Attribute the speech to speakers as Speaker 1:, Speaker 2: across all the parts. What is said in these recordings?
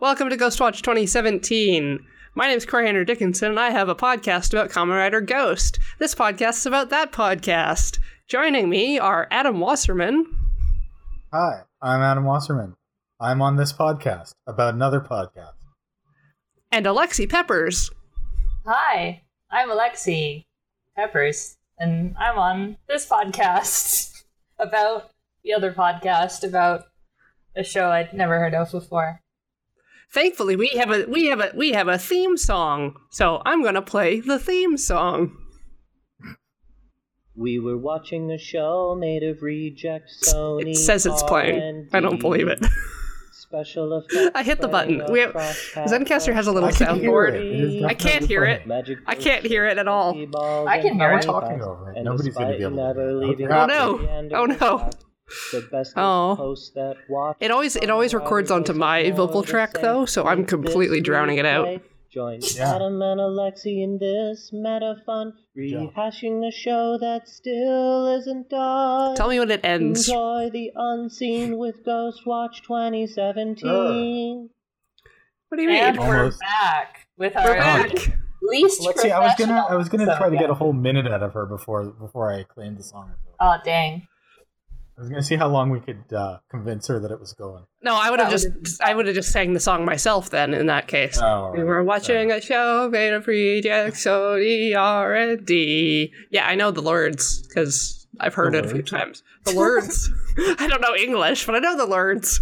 Speaker 1: Welcome to Ghost Watch 2017. My name is Corey Henry Dickinson, and I have a podcast about Kamen Rider Ghost. This podcast is about that podcast. Joining me are Adam Wasserman.
Speaker 2: Hi, I'm Adam Wasserman. I'm on this podcast about another podcast.
Speaker 1: and Alexi Peppers.
Speaker 3: Hi, I'm Alexi Peppers, and I'm on this podcast about the other podcast about a show I'd never heard of before.
Speaker 1: Thankfully, we have a we have a we have a theme song, so I'm gonna play the theme song.
Speaker 4: We were watching a show made of reject Sony.
Speaker 1: It says it's playing. I don't believe it.
Speaker 4: Special effects.
Speaker 1: I hit the
Speaker 4: playing
Speaker 1: button. We have-
Speaker 4: across
Speaker 1: Zencaster has a
Speaker 4: half
Speaker 1: little
Speaker 2: I can hear
Speaker 1: soundboard.
Speaker 2: it. it is
Speaker 4: I
Speaker 1: can't hear
Speaker 2: definitely
Speaker 1: it.
Speaker 2: playing.
Speaker 4: Magic
Speaker 1: I can't hear it at all.
Speaker 4: Balls
Speaker 3: I can
Speaker 4: and
Speaker 3: hear it.
Speaker 4: iPads,
Speaker 2: We're talking over it.
Speaker 4: and
Speaker 2: Nobody's gonna
Speaker 4: despite
Speaker 2: be able to
Speaker 4: never
Speaker 2: hear it.
Speaker 4: leaving
Speaker 2: Oh,
Speaker 4: us
Speaker 1: no.
Speaker 4: at the end
Speaker 1: Oh,
Speaker 4: of the
Speaker 1: no.
Speaker 4: track, The best
Speaker 1: Oh.
Speaker 4: of hosts that watch
Speaker 1: It always- it always records onto my vocal track, though, so I'm completely drowning it out.
Speaker 4: Join
Speaker 2: Yeah.
Speaker 4: Adam and Alexi in this meta fun, rehashing a show that still isn't done.
Speaker 1: Tell me when it ends.
Speaker 4: Enjoy the unseen with Ghost Watch 2017.
Speaker 1: What do you
Speaker 3: And
Speaker 1: mean?
Speaker 2: Oh.
Speaker 3: we're
Speaker 2: Almost.
Speaker 3: back with our
Speaker 1: We're back.
Speaker 3: least
Speaker 2: Let's see. I was gonna. I was gonna
Speaker 3: professional
Speaker 2: try to get a
Speaker 3: episode
Speaker 2: whole minute out of her before before I claimed the song.
Speaker 3: yet. Oh dang!
Speaker 2: I was gonna see how long we could uh, convince her that it was going.
Speaker 1: No, I would have
Speaker 3: That
Speaker 1: just
Speaker 3: would've-
Speaker 1: I would have just sang the song myself then. In that case,
Speaker 2: Oh,
Speaker 1: we were watching a show made of rejects, O D R and D. Yeah, I know the words because I've heard
Speaker 2: The
Speaker 1: it a few
Speaker 2: words?
Speaker 1: times. The words. I don't know English, but I know the words.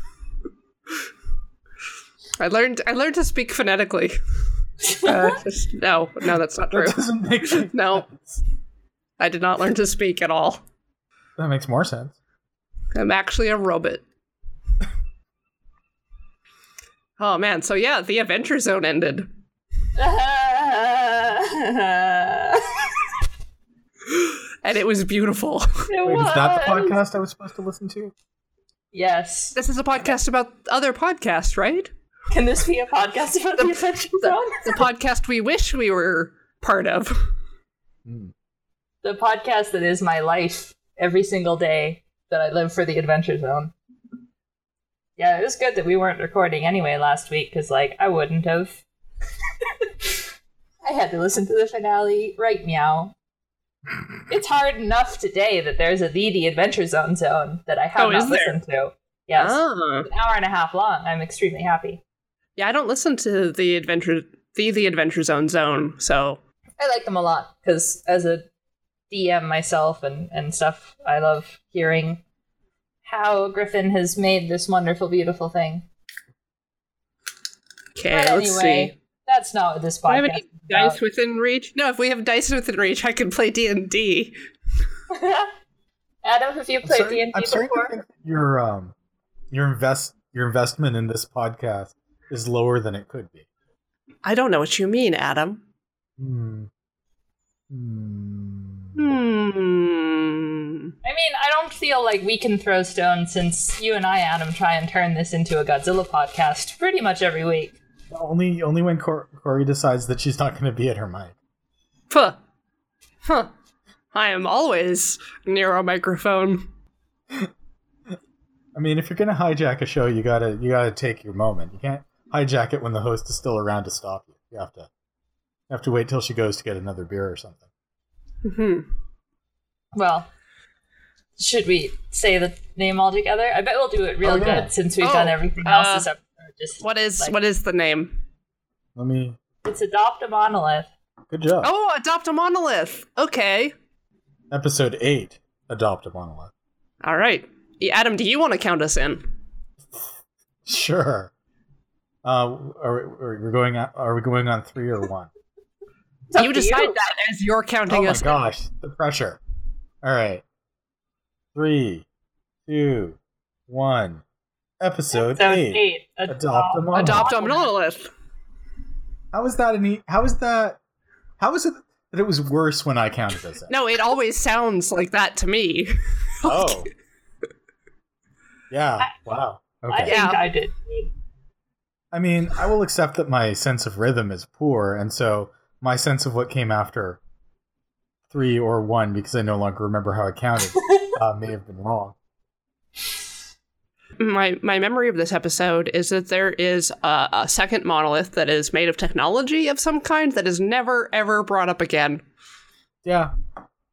Speaker 1: I learned I learned to speak phonetically. Uh, just- no, no, that's not true.
Speaker 2: That doesn't make sense.
Speaker 1: No. I did not learn to speak at all.
Speaker 2: That makes more sense.
Speaker 1: I'm actually a robot. Oh man, so yeah, the Adventure Zone ended. And it was beautiful.
Speaker 3: It
Speaker 2: Wait, is that the
Speaker 3: was.
Speaker 2: podcast I was supposed to listen to?
Speaker 3: Yes.
Speaker 1: This is a podcast about other podcasts, right?
Speaker 3: Can this be a podcast about the Adventure Zone?
Speaker 1: The podcast we wish we were part of.
Speaker 2: Hmm.
Speaker 3: The podcast that is my life every single day that I live for the Adventure Zone. Yeah, it was good that we weren't recording anyway last week because, like, I wouldn't have. I had to listen to the finale. Right, meow. It's hard enough today that there's a the, the Adventure Zone zone that I have
Speaker 1: Oh,
Speaker 3: not
Speaker 1: is there?
Speaker 3: listened to. Yes,
Speaker 1: Ah.
Speaker 3: an hour and a half long. I'm extremely happy.
Speaker 1: Yeah, I don't listen to the Adventure the the Adventure Zone Zone, so
Speaker 3: I like them a lot because as a DM myself and, and stuff, I love hearing how Griffin has made this wonderful, beautiful thing.
Speaker 1: okay,
Speaker 3: But
Speaker 1: let's
Speaker 3: anyway,
Speaker 1: see.
Speaker 3: That's not what this
Speaker 1: Do I have
Speaker 3: podcast
Speaker 1: any
Speaker 3: is about.
Speaker 1: dice within reach? No, if we have dice within reach, I can play D and D.
Speaker 3: Adam, have you
Speaker 2: I'm
Speaker 3: played
Speaker 2: starting-
Speaker 3: D and D
Speaker 2: I'm starting to
Speaker 3: before?
Speaker 2: think that your um your invest your investment in this podcast is lower than it could be.
Speaker 1: I don't know what you mean, Adam.
Speaker 2: Hmm. Hmm.
Speaker 1: Hmm.
Speaker 3: I mean, I don't feel like we can throw stones since you and I, Adam, try and turn this into a Godzilla podcast pretty much every week.
Speaker 2: Only only when Cor- Corey decides that she's not going to be at her mic.
Speaker 1: Huh. Huh. I am always near a microphone.
Speaker 2: I mean, if you're going to hijack a show, you gotta you gotta take your moment. You can't hijack it when the host is still around to stop you. You have to you have to wait till she goes to get another beer or something.
Speaker 1: hmm
Speaker 3: Well, should we say the name all together? I bet we'll do it real
Speaker 2: Oh, yeah.
Speaker 3: good since we've
Speaker 1: Oh,
Speaker 3: done everything else
Speaker 1: uh,
Speaker 3: this episode. Just
Speaker 1: What is
Speaker 3: Like-
Speaker 1: what is the name?
Speaker 2: Let me.
Speaker 3: it's adopt a monolith.
Speaker 2: Good job.
Speaker 1: Oh, adopt a monolith. Okay.
Speaker 2: Episode eight. Adopt a monolith.
Speaker 1: All right. Yeah, Adam, do you want to count us in?
Speaker 2: Sure. Uh, are, we- are we going? on- Are we going on three or one?
Speaker 3: It's up
Speaker 1: you
Speaker 3: to
Speaker 1: decide
Speaker 3: you.
Speaker 1: that as you're
Speaker 2: Oh
Speaker 1: counting
Speaker 2: my
Speaker 1: us.
Speaker 2: gosh, the pressure. All right. Three, two, one. Episode,
Speaker 3: Episode
Speaker 2: eight.
Speaker 3: eight.
Speaker 2: Adopt a monolith.
Speaker 1: Adopt a monolith.
Speaker 2: How is that any how is that how is it that it was worse when I counted this? out?
Speaker 1: No, it always sounds like that to me.
Speaker 2: Oh. yeah. wow.
Speaker 3: I
Speaker 2: Okay.
Speaker 3: think
Speaker 1: Yeah.
Speaker 3: I did.
Speaker 2: I mean, I will accept that my sense of rhythm is poor, and so my sense of what came after three or one, because I no longer remember how I counted, uh, may have been wrong.
Speaker 1: my my memory of this episode is that there is a, a second monolith that is made of technology of some kind that is never ever brought up again.
Speaker 2: Yeah.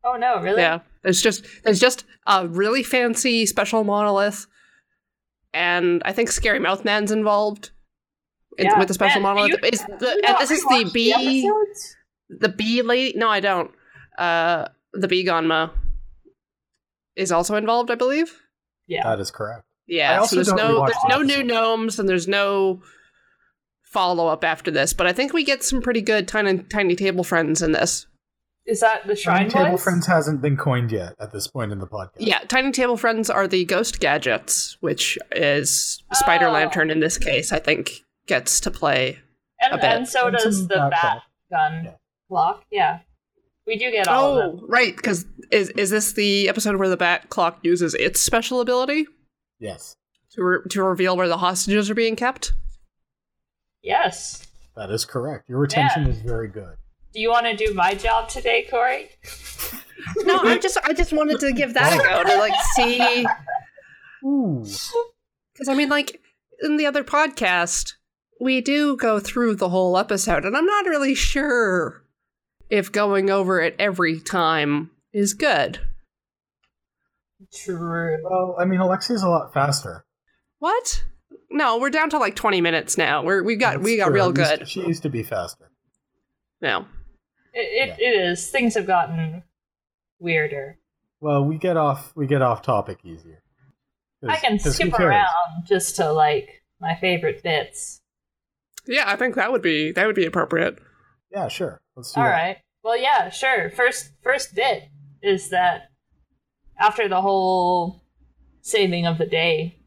Speaker 3: Oh no, really?
Speaker 1: Yeah, it's just it's just a really fancy special monolith, and I think Scary Mouth Man's involved in-
Speaker 3: Yeah.
Speaker 1: with the special
Speaker 3: Man,
Speaker 1: monolith.
Speaker 3: you-
Speaker 1: Is the,
Speaker 3: You
Speaker 1: and
Speaker 3: not
Speaker 1: this is
Speaker 3: rewatched
Speaker 1: the bee
Speaker 3: episodes?
Speaker 1: the bee lady no i don't uh the bee gonma is also involved i believe
Speaker 3: Yeah.
Speaker 2: That is correct. I
Speaker 1: yeah
Speaker 2: also
Speaker 1: so there's
Speaker 2: don't
Speaker 1: no
Speaker 2: rewatch
Speaker 1: there's
Speaker 2: the
Speaker 1: no new
Speaker 2: episode.
Speaker 1: gnomes and there's no follow-up after this but i think we get some pretty good tiny tiny table friends in this
Speaker 3: Is that the shrine
Speaker 2: Table
Speaker 3: boys?
Speaker 2: Friends hasn't been coined yet at this point in the podcast.
Speaker 1: yeah tiny table friends are the ghost gadgets which is spider
Speaker 3: Oh.
Speaker 1: lantern in this case i think gets to play a
Speaker 3: And,
Speaker 1: bit.
Speaker 3: and so
Speaker 2: And
Speaker 3: does
Speaker 2: some
Speaker 3: the
Speaker 2: backpack.
Speaker 3: bat gun
Speaker 2: Yeah.
Speaker 3: clock. Yeah. We do get all of
Speaker 1: oh
Speaker 3: them.
Speaker 1: right because is, is this the episode where the bat clock uses its special ability
Speaker 2: Yes,
Speaker 1: to, re- to reveal where the hostages are being kept
Speaker 3: Yes.
Speaker 2: that is correct. Your retention is very good.
Speaker 3: Do you want to do my job today, Corey?
Speaker 1: No, I just I just wanted to give that a go to like see
Speaker 2: Ooh.
Speaker 1: because I mean like in the other podcast we do go through the whole episode and I'm not really sure if going over it every time is good.
Speaker 3: True.
Speaker 2: Well, I mean, Alexia's a lot faster.
Speaker 1: What? No, we're down to like 20 minutes now. We're we got we
Speaker 2: That's
Speaker 1: got
Speaker 2: true.
Speaker 1: real
Speaker 2: At least
Speaker 1: good.
Speaker 2: She used to be faster.
Speaker 1: No.
Speaker 3: It, it, it is. Things have gotten weirder.
Speaker 2: Well, we get off we get off topic easier. 'Cause-
Speaker 3: I can
Speaker 2: 'cause who
Speaker 3: skip
Speaker 2: cares?
Speaker 3: around just to like my favorite bits.
Speaker 1: Yeah, I think that would be that would be appropriate.
Speaker 2: Yeah, sure. Let's do
Speaker 3: All
Speaker 2: that.
Speaker 3: right. Well, yeah, sure. First, first bit is that after the whole saving of the day,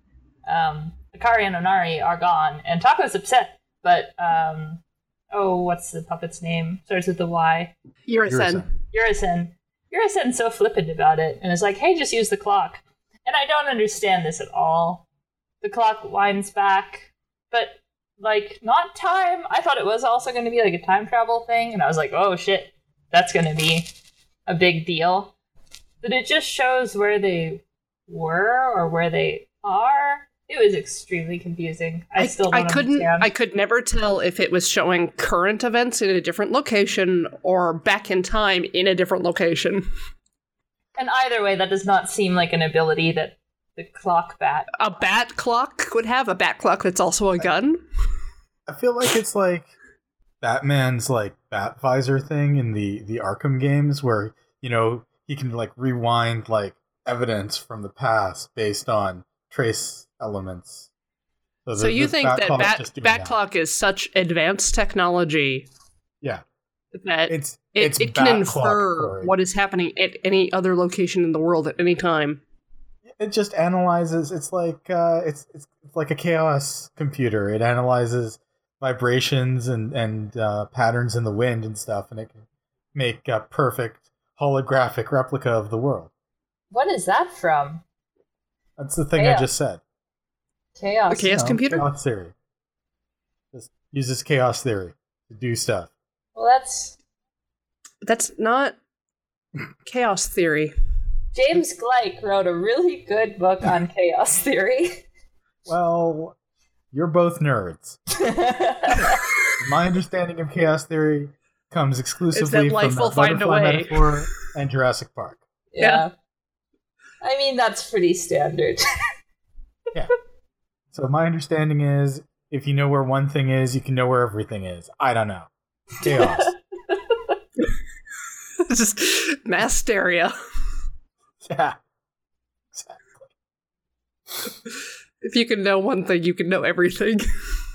Speaker 3: um, Akari and Onari are gone, and Taco's upset. But um, oh, what's the puppet's name? Starts with the Y.
Speaker 1: Yurisen.
Speaker 2: Yurisen.
Speaker 3: Urison. Urisen's so flippant about it, and is like, "Hey, just use the clock." And I don't understand this at all. The clock winds back, but like not time. I thought it was also going to be like a time travel thing, and I was like, "Oh shit, that's going to be a big deal." But it just shows where they were or where they are. It was extremely confusing. I, still don't
Speaker 1: I couldn't
Speaker 3: understand.
Speaker 1: I could never tell if it was showing current events in a different location or back in time in a different location.
Speaker 3: and either way, that does not seem like an ability that the clock bat
Speaker 1: A bat clock would have a bat clock that's also a gun.
Speaker 2: I feel like it's like Batman's like bat visor thing in the the Arkham games where you know he can like rewind like evidence from the past based on trace elements.
Speaker 1: So
Speaker 2: the-
Speaker 1: you
Speaker 2: this
Speaker 1: think that
Speaker 2: clock's
Speaker 1: bat,
Speaker 2: just doing
Speaker 1: bat
Speaker 2: that.
Speaker 1: clock is such advanced technology
Speaker 2: Yeah,
Speaker 1: that it
Speaker 2: it's
Speaker 1: it,
Speaker 2: it's
Speaker 1: can
Speaker 2: bat clock,
Speaker 1: infer
Speaker 2: Corey.
Speaker 1: what is happening at any other location in the world at any time.
Speaker 2: it just analyzes. It's like uh, it's it's it's like a chaos computer. It analyzes vibrations and and uh, patterns in the wind and stuff, and it can make a perfect holographic replica of the world.
Speaker 3: What is that from?
Speaker 2: That's the thing
Speaker 3: Yeah.
Speaker 2: I just said.
Speaker 3: Chaos.
Speaker 1: Okay. Chaos computer?
Speaker 2: Chaos theory. Just uses chaos theory to do stuff.
Speaker 3: Well, that's
Speaker 1: That's not chaos theory.
Speaker 3: James Gleick wrote a really good book on chaos theory.
Speaker 2: Well, you're both nerds. My understanding of chaos theory comes exclusively
Speaker 1: life
Speaker 2: from
Speaker 1: will
Speaker 2: the
Speaker 1: find a
Speaker 2: butterfly
Speaker 1: way.
Speaker 2: metaphor and Jurassic Park.
Speaker 1: Yeah.
Speaker 3: I mean, that's pretty standard.
Speaker 2: So my understanding is, if you know where one thing is, you can know where everything is. I don't know. Chaos.
Speaker 1: It's just mass hysteria.
Speaker 2: yeah.
Speaker 1: If you can know one thing, you can know everything.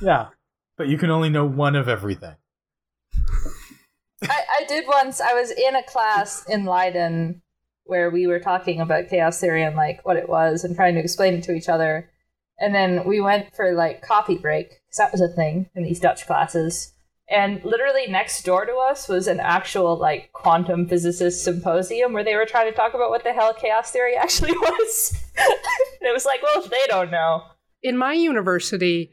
Speaker 2: Yeah. But you can only know one of everything.
Speaker 3: I, I did once, I was in a class in Leiden where we were talking about chaos theory and like what it was and trying to explain it to each other. And then we went for like coffee break because that was a thing in these Dutch classes. And literally next door to us was an actual like quantum physicist symposium where they were trying to talk about what the hell chaos theory actually was. and it was like, well, they don't know.
Speaker 1: in my university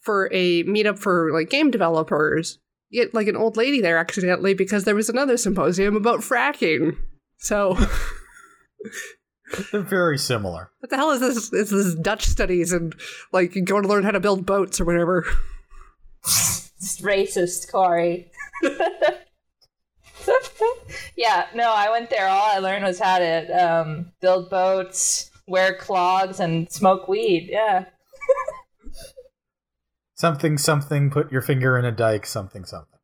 Speaker 1: for a meetup for like game developers get like an old lady there accidentally because there was another symposium about fracking so
Speaker 2: They're very similar.
Speaker 1: What the hell is this? Is this Dutch studies and like going to learn how to build boats or whatever?
Speaker 3: It's racist, Corey. yeah, no, I went there. All I learned was how to um, build boats, wear clogs, and smoke weed. Yeah.
Speaker 2: Something, something, put your finger in a dike, something, something.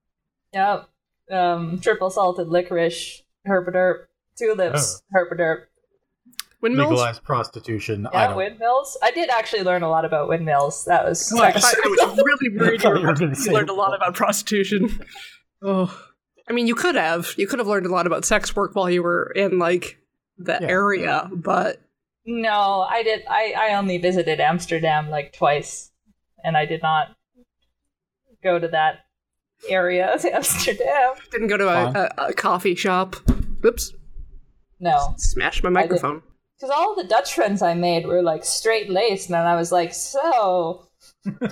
Speaker 3: Yep. Um, triple salted licorice, herpaderp, tulips,
Speaker 2: Oh.
Speaker 3: herpaderp.
Speaker 1: Windmills?
Speaker 2: Legalized prostitution. I
Speaker 3: Yeah,
Speaker 2: don't
Speaker 3: windmills. I did actually learn a lot about windmills. That was
Speaker 1: Oh, I, thought- I was really worried you,
Speaker 2: I thought you were
Speaker 1: were,
Speaker 2: gonna
Speaker 1: you
Speaker 2: say-
Speaker 1: learned a lot about prostitution. Oh, I mean, you could have. You could have learned a lot about sex work while you were in like the
Speaker 2: Yeah.
Speaker 1: area, but
Speaker 3: No, I did. I, I only visited Amsterdam like twice, and I did not go to that area of Amsterdam.
Speaker 1: didn't go to
Speaker 2: Fine.
Speaker 1: a, a, a coffee shop. Oops,
Speaker 3: No,
Speaker 1: smashed my
Speaker 3: I did.
Speaker 1: microphone.
Speaker 3: because all the Dutch friends I made were like straight laced, and I was like, so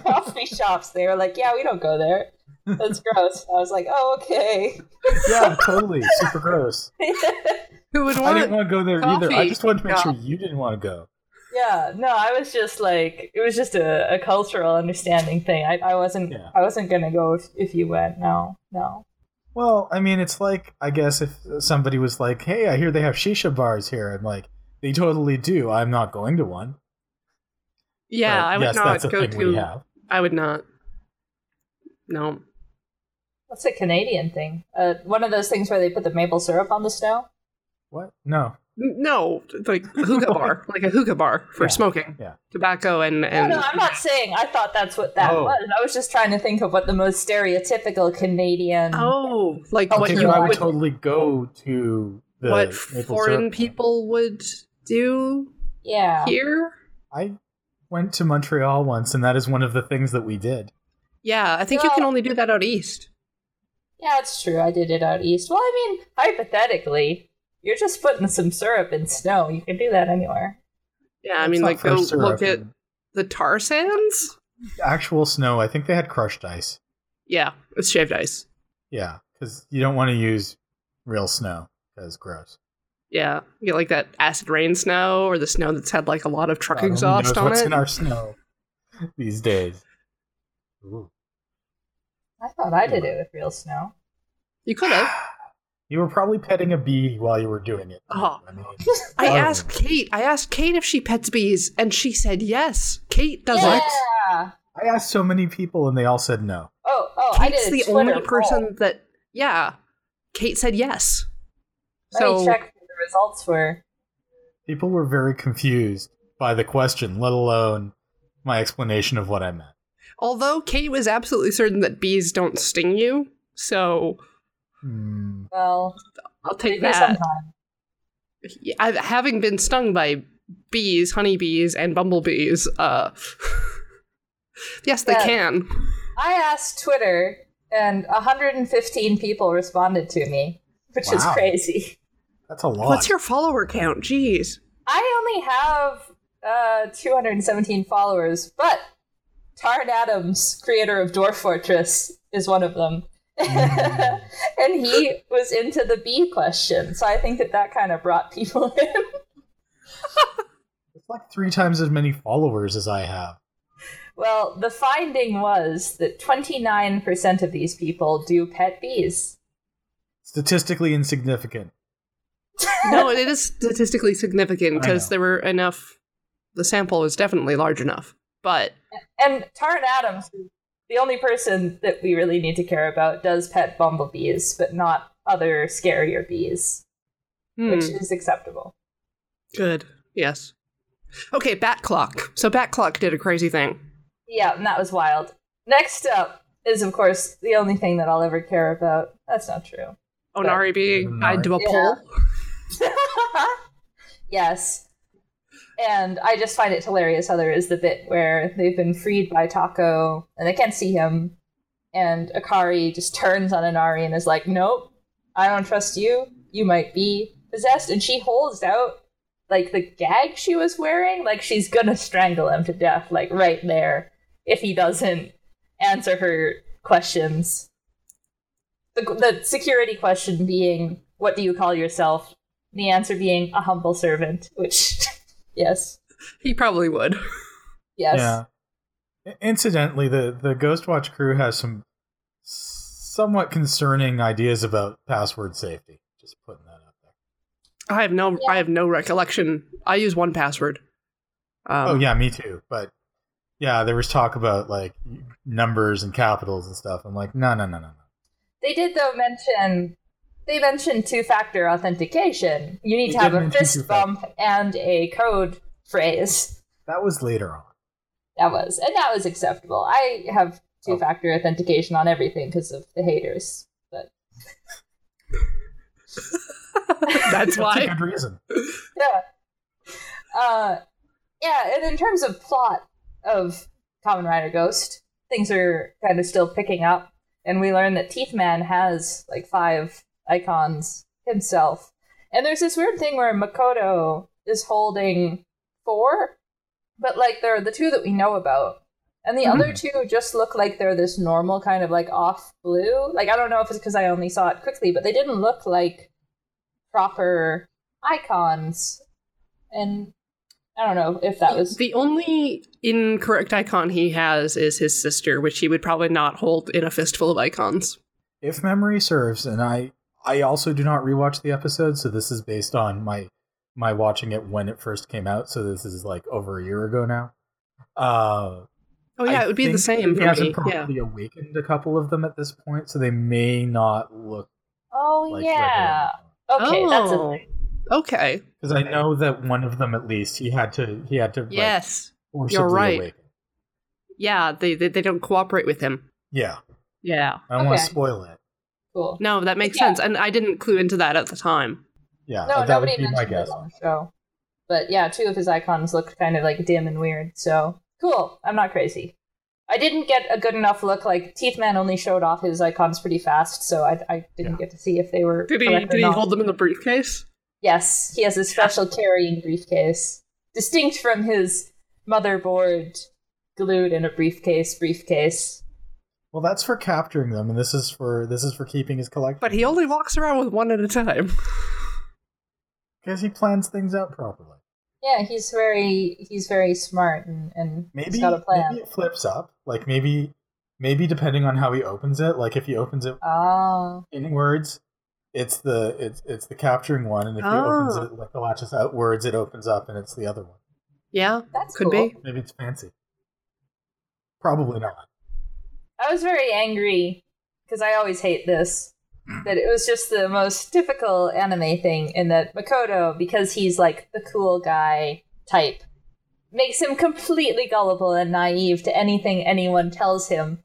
Speaker 3: coffee shops. They were like, yeah, we don't go there. That's gross. I was like, oh okay.
Speaker 2: yeah, totally. Super gross.
Speaker 1: Who would
Speaker 2: I
Speaker 1: want?
Speaker 2: didn't
Speaker 1: it?
Speaker 2: want to go there either. I
Speaker 1: Coffee.
Speaker 2: just wanted to make
Speaker 1: Yeah.
Speaker 2: sure you didn't want to go.
Speaker 3: yeah, no, I was just like, it was just a, a cultural understanding thing. I, I wasn't
Speaker 2: Yeah.
Speaker 3: I wasn't gonna go if, if you went. No, no.
Speaker 2: Well, I mean, it's like I guess if somebody was like, "Hey, I hear they have shisha bars here," I'm like, "They totally do. I'm not going to one."
Speaker 1: yeah,
Speaker 2: But
Speaker 1: I would
Speaker 2: yes,
Speaker 1: not
Speaker 2: that's a
Speaker 1: go
Speaker 2: thing we
Speaker 1: to.
Speaker 2: have.
Speaker 1: I would not. No.
Speaker 3: That's a Canadian thing. Uh, one of those things where they put the maple syrup on the snow.
Speaker 2: What? No.
Speaker 1: No, like a hookah bar, like a hookah bar for
Speaker 2: Yeah,
Speaker 1: smoking
Speaker 2: yeah.
Speaker 1: tobacco and
Speaker 3: No,
Speaker 1: and
Speaker 3: no, I'm not saying. I thought that's what that
Speaker 2: Oh.
Speaker 3: was. I was just trying to think of what the most stereotypical Canadian.
Speaker 1: oh, like
Speaker 3: Okay,
Speaker 1: what
Speaker 2: Okay,
Speaker 1: you
Speaker 2: but I would
Speaker 1: would
Speaker 2: totally go to the
Speaker 1: what
Speaker 2: maple
Speaker 1: foreign
Speaker 2: syrup.
Speaker 1: people would do
Speaker 3: Yeah.
Speaker 1: here.
Speaker 2: I went to Montreal once, and that is one of the things that we did.
Speaker 1: Yeah, I think you can
Speaker 3: Well-
Speaker 1: only do that out east.
Speaker 3: Yeah, it's true. I did it out east. Well, I mean, hypothetically, you're just putting some syrup in snow. You can do that anywhere.
Speaker 1: Yeah, I
Speaker 2: It's
Speaker 1: mean,
Speaker 2: not
Speaker 1: like
Speaker 2: for
Speaker 1: go
Speaker 2: syrup
Speaker 1: look at
Speaker 2: and
Speaker 1: the tar sands.
Speaker 2: actual snow. I think they had crushed ice.
Speaker 1: Yeah, it's shaved ice.
Speaker 2: Yeah, because you don't want to use real snow. That's gross.
Speaker 1: Yeah, you get like that acid rain snow or the snow that's had like a lot of truck
Speaker 2: God only
Speaker 1: exhaust
Speaker 2: knows
Speaker 1: on
Speaker 2: what's
Speaker 1: it.
Speaker 2: in our snow these days. Ooh.
Speaker 3: I thought I did it with real snow.
Speaker 1: you could have.
Speaker 2: You were probably petting a bee while you were doing it.
Speaker 1: Oh.
Speaker 2: I mean,
Speaker 1: I
Speaker 2: Oh.
Speaker 1: asked Kate. I asked Kate if she pets bees, and she said yes. Kate does
Speaker 3: yeah.
Speaker 1: it.
Speaker 2: I asked so many people, and they all said no.
Speaker 3: Oh, oh, I
Speaker 1: Kate's
Speaker 3: did. a
Speaker 1: the
Speaker 3: Twitter
Speaker 1: only person
Speaker 3: poll.
Speaker 1: that. Yeah, Kate said yes.
Speaker 3: Let me
Speaker 1: So
Speaker 3: check what the results were.
Speaker 2: People were very confused by the question, let alone my explanation of what I meant.
Speaker 1: although Kate was absolutely certain that bees don't sting you, so
Speaker 2: Hmm.
Speaker 3: Well,
Speaker 1: I'll
Speaker 3: they
Speaker 1: take
Speaker 3: do
Speaker 1: that.
Speaker 3: sometimes.
Speaker 1: I, having been stung by bees, honeybees, and bumblebees, uh, yes, they
Speaker 3: Yeah.
Speaker 1: can.
Speaker 3: I asked Twitter, and 115 people responded to me, which is
Speaker 2: Wow.
Speaker 3: crazy.
Speaker 2: That's a lot.
Speaker 1: What's your follower count? Jeez.
Speaker 3: I only have uh, 217 followers, but Tarn Adams, creator of Dwarf Fortress, is one of them.
Speaker 2: Mm.
Speaker 3: and he was into the bee question, so I think that that kind of brought people in.
Speaker 2: it's like three times as many followers as I have.
Speaker 3: well, the finding was that 29% of these people do pet bees.
Speaker 2: Statistically insignificant.
Speaker 1: No, it is statistically significant
Speaker 2: I
Speaker 1: because
Speaker 2: know.
Speaker 1: there were enough. The sample was definitely large enough, but
Speaker 3: And Tarn Adams, the only person that we really need to care about, does pet bumblebees, but not other scarier bees,
Speaker 1: hmm,
Speaker 3: which is acceptable.
Speaker 1: good. Yes. Okay, Bat Clock. So Bat Clock did a crazy thing.
Speaker 3: Yeah, and that was wild. Next up is, of course, the only thing that I'll ever care about. That's not true.
Speaker 1: Onari being tied to a
Speaker 3: Yeah.
Speaker 1: pole.
Speaker 3: yes. And I just find it hilarious how there is the bit where they've been freed by Taco and they can't see him. And Akari just turns on Anari and is like, Nope, I don't trust you. You might be possessed. And she holds out like the gag she was wearing. Like she's gonna strangle him to death, like right there, if he doesn't answer her questions. The, the security question being, What do you call yourself? The answer being a humble servant, which, yes,
Speaker 1: He probably would.
Speaker 3: yes.
Speaker 2: Yeah. I- Incidentally, the the Ghost Watch crew has some somewhat concerning ideas about password safety. Just putting that out there.
Speaker 1: I have no I have no recollection. I use one password. Um,
Speaker 2: oh yeah, me too. But yeah, there was talk about like numbers and capitals and stuff. I'm like, no, no, no, no, no.
Speaker 3: They did though mention they mentioned two-factor authentication. You need
Speaker 2: They
Speaker 3: to have
Speaker 2: did
Speaker 3: a
Speaker 2: mention
Speaker 3: fist
Speaker 2: two-factor.
Speaker 3: bump and a code phrase.
Speaker 2: That was later on.
Speaker 3: That was and that was acceptable. I have
Speaker 2: Oh.
Speaker 3: two-factor authentication on everything because of the haters.
Speaker 1: That's
Speaker 2: That's
Speaker 1: why.
Speaker 2: a good reason.
Speaker 3: yeah. Uh, yeah, and in terms of plot of Common Rider Ghost, things are kind of still picking up, and we learn that Teeth Man has like five icons himself. And there's this weird thing where Makoto is holding four, but like there are the two that we know about. And the
Speaker 1: Mhm.
Speaker 3: other two just look like they're this normal kind of like off blue. Like I don't know if it's because I only saw it quickly, but they didn't look like proper icons. And I don't know if that was
Speaker 1: The only incorrect icon he has is his sister, which he would probably not hold in a fistful of icons.
Speaker 2: if memory serves, and I I also do not rewatch the episode, so this is based on my my watching it when it first came out. So this is like over a year ago now. Uh,
Speaker 1: Oh yeah,
Speaker 2: I
Speaker 1: it would be the
Speaker 2: think
Speaker 1: same
Speaker 2: He
Speaker 1: for me.
Speaker 2: hasn't
Speaker 1: Yeah.
Speaker 2: properly awakened a couple of them at this point, so they may not look
Speaker 3: Oh
Speaker 2: like uh,
Speaker 3: yeah. Okay, that's a
Speaker 1: Oh, okay.
Speaker 2: Because I know that one of them at least he had to he had to like,
Speaker 1: Yes.
Speaker 2: forcibly
Speaker 1: right.
Speaker 2: awaken.
Speaker 1: Yeah, they, they they don't cooperate with him.
Speaker 2: Yeah,
Speaker 1: Yeah.
Speaker 2: I don't want to
Speaker 3: Okay.
Speaker 2: spoil it.
Speaker 3: cool.
Speaker 1: No, that makes
Speaker 3: Yeah.
Speaker 1: sense. And I didn't clue into that at the time.
Speaker 2: Yeah,
Speaker 3: No,
Speaker 2: but that would
Speaker 3: nobody
Speaker 2: be my
Speaker 3: mentioned
Speaker 2: guess.
Speaker 3: it on the show. But yeah, two of his icons looked kind of like dim and weird. So cool. I'm not crazy. I didn't get a good enough look. Like Teeth Man only showed off his icons pretty fast, so I, I didn't
Speaker 2: Yeah.
Speaker 3: get to see if they were.
Speaker 1: Did he
Speaker 3: correct or
Speaker 1: did he
Speaker 3: not.
Speaker 1: hold them in the briefcase?
Speaker 3: Yes, he has a special carrying briefcase, distinct from his motherboard, glued in a briefcase. Briefcase.
Speaker 2: Well, that's for capturing them, and this is for this is for keeping his collection.
Speaker 1: But he only walks around with one at a time.
Speaker 2: because he plans things out properly.
Speaker 3: Yeah, he's very he's very smart and and
Speaker 2: maybe,
Speaker 3: he's got a plan.
Speaker 2: maybe it flips up like maybe maybe depending on how he opens it like if he opens it
Speaker 3: Oh,
Speaker 2: inwards it's the it's it's the capturing one and if he opens
Speaker 1: Oh.
Speaker 2: it like the latches outwards it opens up and it's the other one
Speaker 1: Yeah,
Speaker 3: that's
Speaker 1: could
Speaker 3: cool.
Speaker 1: be.
Speaker 2: maybe it's fancy probably not
Speaker 3: I was very angry because I always hate this. That it was just the most typical anime thing, in that Makoto, because he's like the cool guy type, makes him completely gullible and naive to anything anyone tells him.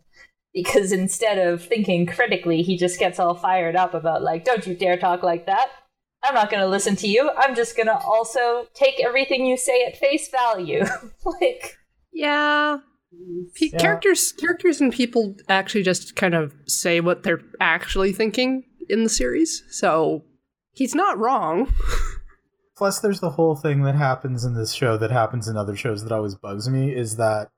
Speaker 3: Because instead of thinking critically, he just gets all fired up about, like, don't you dare talk like that. I'm not going to listen to you. I'm just going to also take everything you say at face value. like,
Speaker 1: Yeah. Pe-
Speaker 2: Yeah.
Speaker 1: Characters characters and people actually just kind of say what they're actually thinking in the series. So he's not wrong.
Speaker 2: plus there's the whole thing that happens in this show that happens in other shows that always bugs me is that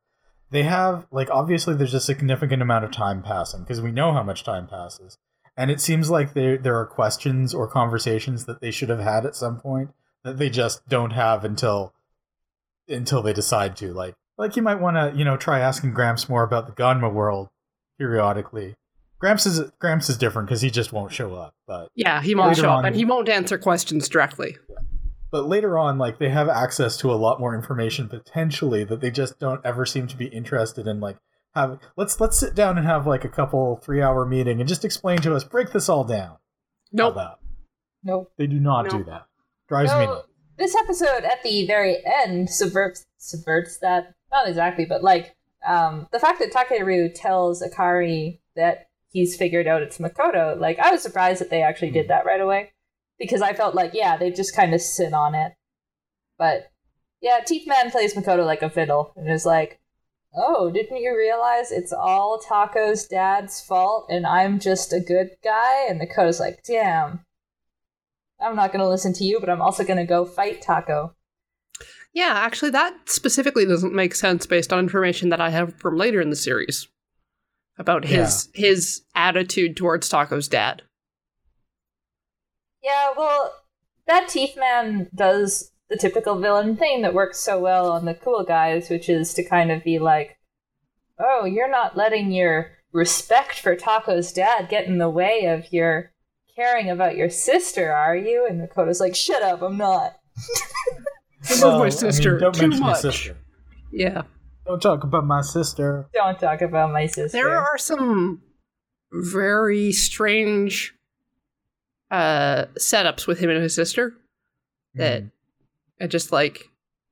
Speaker 2: they have like obviously there's a significant amount of time passing because we know how much time passes and it seems like there there are questions or conversations that they should have had at some point that they just don't have until until they decide to like like you might want to you know try asking Gramps more about the Gonma world periodically Gramps is Gramps is different because he just won't show up but
Speaker 1: Yeah, he won't
Speaker 2: Later
Speaker 1: show up
Speaker 2: on-
Speaker 1: and he won't answer questions directly.
Speaker 2: but later on like they have access to a lot more information potentially that they just don't ever seem to be interested in like have let's let's sit down and have like a couple three hour meeting and just explain to us break this all down How
Speaker 1: Nope.
Speaker 2: about-
Speaker 3: nope.
Speaker 2: they do not
Speaker 1: No.
Speaker 2: do that drives me
Speaker 3: So
Speaker 2: nuts.
Speaker 3: this episode at the very end subverts subverts that not exactly, but like um, the fact that Takeru tells Akari that he's figured out it's Makoto. Like I was surprised that they actually did that right away because I felt like yeah they just kind of sit on it, but yeah Teeth Man plays Makoto like a fiddle and is like. Oh, didn't you realize it's all Taco's dad's fault and I'm just a good guy? And Makoto's like, damn, I'm not going to listen to you, but I'm also going to go fight Taco.
Speaker 1: Yeah, actually that specifically doesn't make sense based on information that I have from later in the series about his his attitude towards Taco's dad.
Speaker 3: Yeah, well, that Teeth Man does the typical villain thing that works so well on the cool guys, which is to kind of be like, oh, you're not letting your respect for Taco's dad get in the way of your caring about your sister, are you? And Makoto's like, shut up, I'm not.
Speaker 1: I
Speaker 2: Well,
Speaker 1: love
Speaker 2: I
Speaker 1: my
Speaker 2: mean,
Speaker 1: sister
Speaker 2: don't
Speaker 1: too
Speaker 2: mention your
Speaker 1: much.
Speaker 2: sister.
Speaker 1: Yeah.
Speaker 2: Don't talk about my sister.
Speaker 3: Don't talk about my sister.
Speaker 1: There are some very strange uh setups with him and his sister that
Speaker 2: Mm-hmm.
Speaker 1: are just like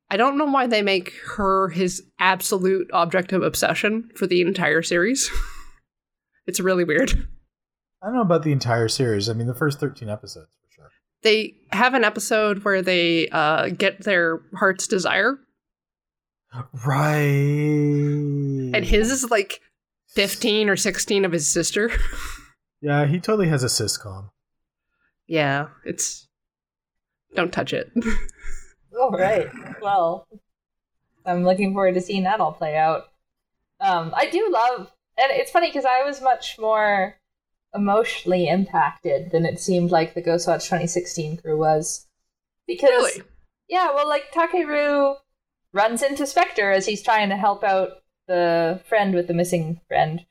Speaker 1: I don't know why they make her his absolute object of obsession for the entire series. it's really weird.
Speaker 2: I don't know about the entire series. I mean, the first thirteen episodes for sure.
Speaker 1: They have an episode where they uh get their heart's desire
Speaker 2: Right. Hmm.
Speaker 1: and his is like 15 or 16 of his sister.
Speaker 2: Yeah, he totally has a syscom.
Speaker 1: yeah, it's don't touch it.
Speaker 3: All right. Well, I'm looking forward to seeing that all play out. Um, I do love, and it's funny because I was much more emotionally impacted than it seemed like the Ghostwatch 2016 crew was. Because,
Speaker 1: really?
Speaker 3: yeah, well, like Takeru runs into Spectre as he's trying to help out the friend with the missing friend.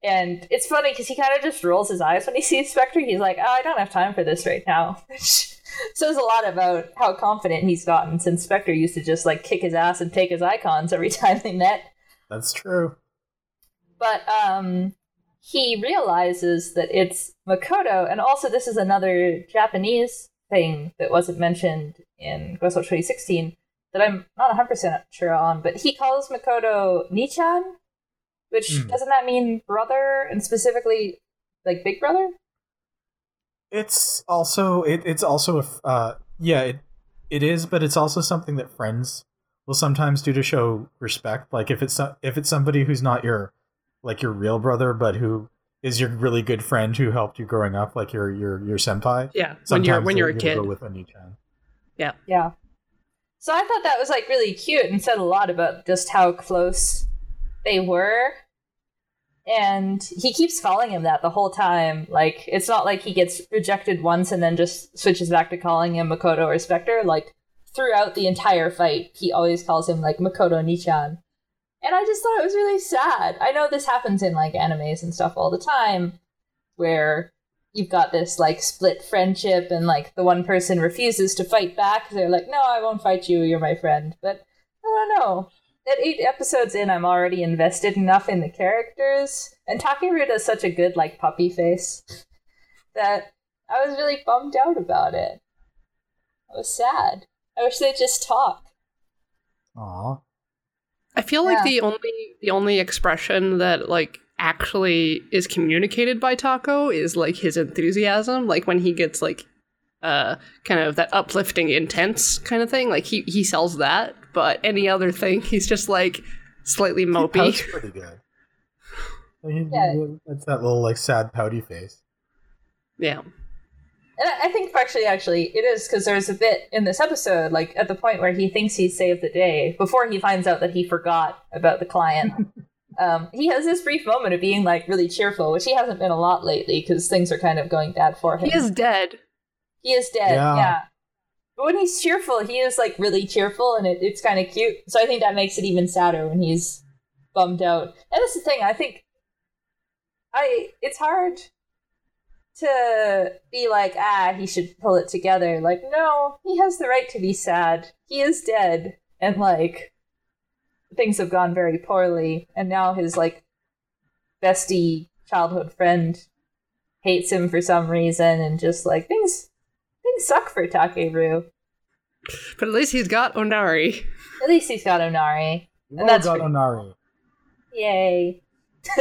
Speaker 3: And it's funny because he kind of just rolls his eyes when he sees Spectre. He's like, oh, I don't have time for this right now. Which says a lot about how confident he's gotten since Spectre used to just like kick his ass and take his icons every time they met.
Speaker 2: That's true.
Speaker 3: But um, he realizes that it's Makoto, and also this is another Japanese thing that wasn't mentioned in Ghost World 2016 that I'm not 100% sure on, but he calls Makoto Nichan, which
Speaker 2: Hmm.
Speaker 3: doesn't that mean brother, and specifically like big brother?
Speaker 2: It's also it, it's also a f- uh, yeah it, it is, but it's also something that friends will sometimes do to show respect. Like if it's so- if it's somebody who's not your like your real brother, but who is your really good friend who helped you growing up, like your your your senpai.
Speaker 1: Yeah, when you're
Speaker 2: sometimes
Speaker 1: when you're a
Speaker 2: they'll
Speaker 1: kid.
Speaker 2: go with Oni-chan.
Speaker 3: Yeah. So I thought that was like really cute and said a lot about just how close they were. And he keeps calling him that the whole time. Like it's not like he gets rejected once and then just switches back to calling him Makoto or Spectre. Like throughout the entire fight, he always calls him like Makoto Nichan. And I just thought it was really sad. I know this happens in like animes and stuff all the time where you've got this like split friendship and like the one person refuses to fight back they're like no i won't fight you you're my friend but i don't know at eight episodes in i'm already invested enough in the characters and takeru does such a good like puppy face that i was really bummed out about it i was sad i wish they'd just talk
Speaker 2: Aw.
Speaker 1: I feel like
Speaker 3: Yeah.
Speaker 1: the only the only expression that like actually is communicated by Taco is like his enthusiasm, like when he gets like uh kind of that uplifting intense kind of thing. Like he he sells that, but any other thing he's just like slightly
Speaker 2: That's
Speaker 1: mopey.
Speaker 2: pretty good. Like,
Speaker 3: Yeah.
Speaker 2: That's that little like sad pouty face.
Speaker 1: Yeah.
Speaker 3: And I I think actually, actually, it is because there's a bit in this episode, like at the point where he thinks he saved the day before he finds out that he forgot about the client. um, he has this brief moment of being like really cheerful, which he hasn't been a lot lately because things are kind of going bad for him.
Speaker 1: He is dead.
Speaker 3: He is dead.
Speaker 2: Yeah.
Speaker 3: Yeah. But when he's cheerful, he is like really cheerful, and it, it's kind of cute. So I think that makes it even sadder when he's bummed out. And that's the thing. I think I it's hard to be like, ah, he should pull it together. Like, no, he has the right to be sad. He is dead, and like things have gone very poorly, and now his like bestie childhood friend hates him for some reason, and just like things Things suck for Takeru.
Speaker 1: But at least he's got Onari.
Speaker 3: At least he's got Onari.
Speaker 2: You
Speaker 3: And
Speaker 2: all
Speaker 3: that's
Speaker 2: got
Speaker 3: pretty-
Speaker 2: Onari.
Speaker 3: Yay.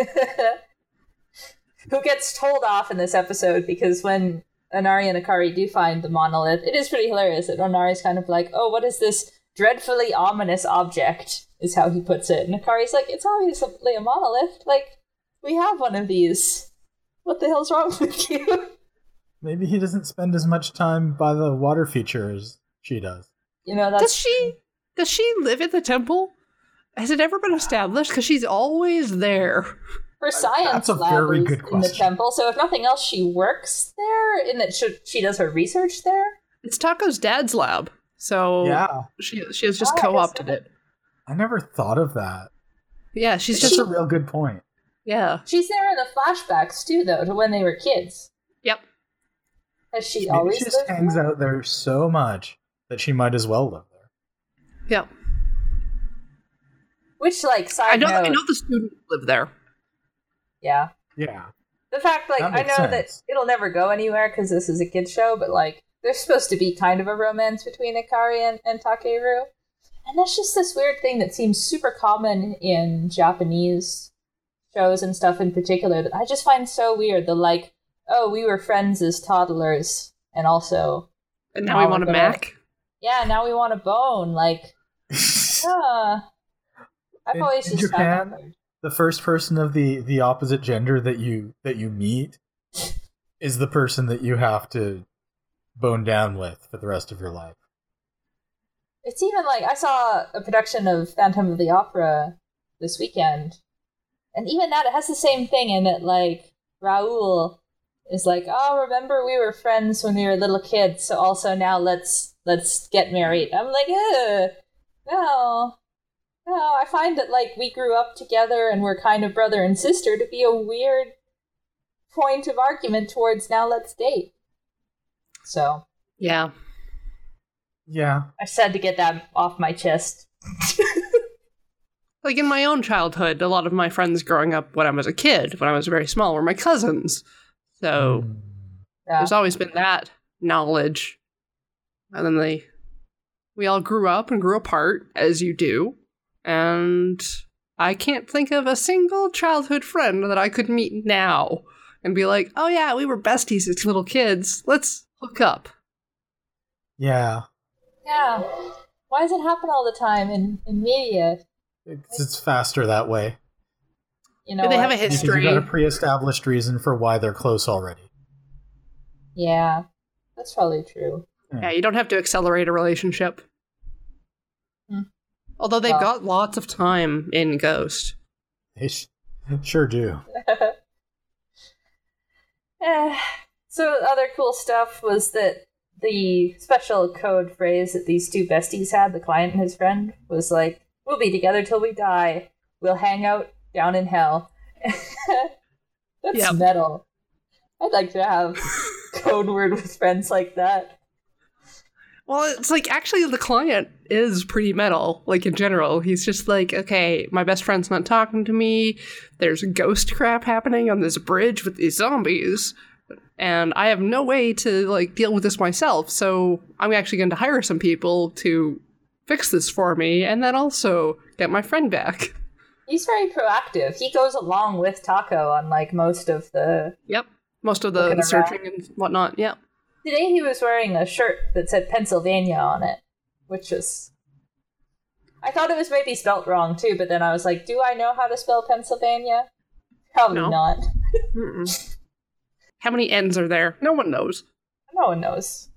Speaker 3: Who gets told off in this episode because when Onari and Akari do find the monolith, it is pretty hilarious that Onari's kind of like, oh, what is this dreadfully ominous object? Is how he puts it. And Akari's like, it's obviously a monolith. Like, we have one of these. What the hell's wrong with you?
Speaker 2: Maybe he doesn't spend as much time by the water feature as she does.
Speaker 3: you know, that's.
Speaker 1: does she does she live at the temple? Has it ever been established? Because she's always there.
Speaker 3: her science
Speaker 2: a
Speaker 3: lab
Speaker 2: very
Speaker 3: is
Speaker 2: good
Speaker 3: in the
Speaker 2: question.
Speaker 3: temple. So if nothing else, she works there, and that she, she does her research there.
Speaker 1: It's Taco's dad's lab, so
Speaker 2: yeah,
Speaker 1: she she has just
Speaker 3: Oh, I guess
Speaker 1: co-opted
Speaker 3: so.
Speaker 1: it.
Speaker 2: I never thought of that.
Speaker 1: Yeah, she's
Speaker 2: It's
Speaker 1: just
Speaker 2: just a real good point.
Speaker 1: yeah.
Speaker 3: She's there in the flashbacks too, though, to when they were kids.
Speaker 1: Yep.
Speaker 3: Has she
Speaker 2: Maybe
Speaker 3: always
Speaker 2: she just
Speaker 3: lived
Speaker 2: hangs
Speaker 3: there?
Speaker 2: out there so much that she might as well live there.
Speaker 1: Yeah.
Speaker 3: Which, like, side
Speaker 1: I know
Speaker 3: note,
Speaker 1: I know the student lived there.
Speaker 3: yeah.
Speaker 2: Yeah,
Speaker 3: The fact, like,
Speaker 2: That
Speaker 3: I know
Speaker 2: makes
Speaker 3: that
Speaker 2: sense.
Speaker 3: it'll never go anywhere because this is a kid show, but like, there's supposed to be kind of a romance between Ikari and, and Takeru, and that's just this weird thing that seems super common in Japanese shows and stuff in particular that I just find so weird. The like, oh, we were friends as toddlers, and also,
Speaker 1: And now we
Speaker 3: Oh,
Speaker 1: want a
Speaker 3: good.
Speaker 1: Mac.
Speaker 3: yeah, now we want a bone. Like, huh. I've
Speaker 2: In-
Speaker 3: always
Speaker 2: in
Speaker 3: just found that
Speaker 2: Japan,
Speaker 3: weird.
Speaker 2: the first person of the the opposite gender that you that you meet is the person that you have to bone down with for the rest of your life.
Speaker 3: It's even like I saw a production of Phantom of the Opera this weekend, and even that it has the same thing in it. Like Raoul is like, "Oh, remember we were friends when we were little kids, so also now let's let's get married." I'm like, Ugh, "No, no." I find that like we grew up together and we're kind of brother and sister to be a weird point of argument towards now let's date. So
Speaker 1: Yeah.
Speaker 2: Yeah,
Speaker 3: I said to get that off my chest.
Speaker 1: Like in my own childhood, a lot of my friends growing up when I was a kid, when I was very small, were my cousins.
Speaker 2: Oh.
Speaker 1: So
Speaker 2: Hmm.
Speaker 3: Yeah.
Speaker 1: there's always been that knowledge. And then they we all grew up and grew apart, as you do. And I can't think of a single childhood friend that I could meet now and be like, oh yeah, we were besties as little kids. Let's hook up.
Speaker 2: yeah.
Speaker 3: Yeah. Why does it happen all the time in, in media?
Speaker 2: It's, it's faster that way.
Speaker 3: You know,
Speaker 1: they have
Speaker 3: what?
Speaker 1: a
Speaker 2: Because
Speaker 1: history.
Speaker 2: You got a pre-established reason for why they're close already.
Speaker 3: Yeah, that's probably true.
Speaker 1: Yeah, you don't have to accelerate a relationship.
Speaker 3: Hmm.
Speaker 1: Although they've
Speaker 3: Well.
Speaker 1: got lots of time in Ghost.
Speaker 2: They sh- sure do.
Speaker 3: Eh. So the other cool stuff was that the special code phrase that these two besties had, the client and his friend, was like, "We'll be together till we die. We'll hang out down in hell." that's
Speaker 1: Yep.
Speaker 3: metal. I'd like to have code word with friends like that.
Speaker 1: Well, it's like actually the client is pretty metal, like in general. He's just like, okay, my best friend's not talking to me. There's ghost crap happening on this bridge with these zombies. And I have no way to like deal with this myself, so I'm actually going to hire some people to fix this for me and then also get my friend back.
Speaker 3: He's very proactive. He goes along with Taco on like most of the.
Speaker 1: Yep. Most of the
Speaker 3: Looking
Speaker 1: searching and whatnot. Yeah.
Speaker 3: Today he was wearing a shirt that said Pennsylvania on it, which was. I thought it was maybe spelt wrong too, but then I was like, do I know how to spell Pennsylvania? Probably
Speaker 1: No.
Speaker 3: not.
Speaker 1: Mm-mm. How many ends are there? No one knows.
Speaker 3: No one knows.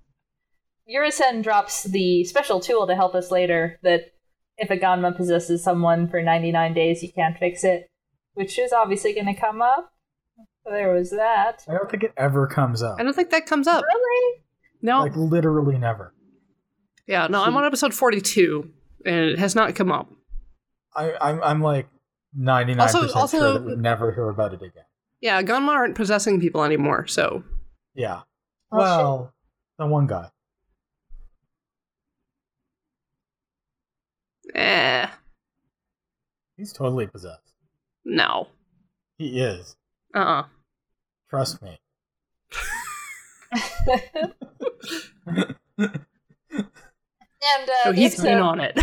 Speaker 3: Urisen drops the special tool to help us later that if a Ganma possesses someone for 99 days, you can't fix it, which is obviously going to come up. So there was that.
Speaker 2: I don't think it ever comes up.
Speaker 1: I don't think that comes up.
Speaker 3: Really?
Speaker 1: No.
Speaker 2: Like literally never.
Speaker 1: yeah, no, I'm on episode 42 and it has not come up.
Speaker 2: I, I'm I'm like ninety nine percent
Speaker 1: Also- also-
Speaker 2: sure that we never hear about it again.
Speaker 1: Yeah, Ganma aren't possessing people anymore, so.
Speaker 2: Yeah.
Speaker 3: Well, shit.
Speaker 2: Well, the one guy.
Speaker 1: Eh,
Speaker 2: He's totally possessed.
Speaker 1: no.
Speaker 2: He is.
Speaker 1: Uh uh
Speaker 2: Trust me.
Speaker 3: And uh,
Speaker 1: So
Speaker 3: the
Speaker 1: he's in
Speaker 3: episode-
Speaker 1: on it.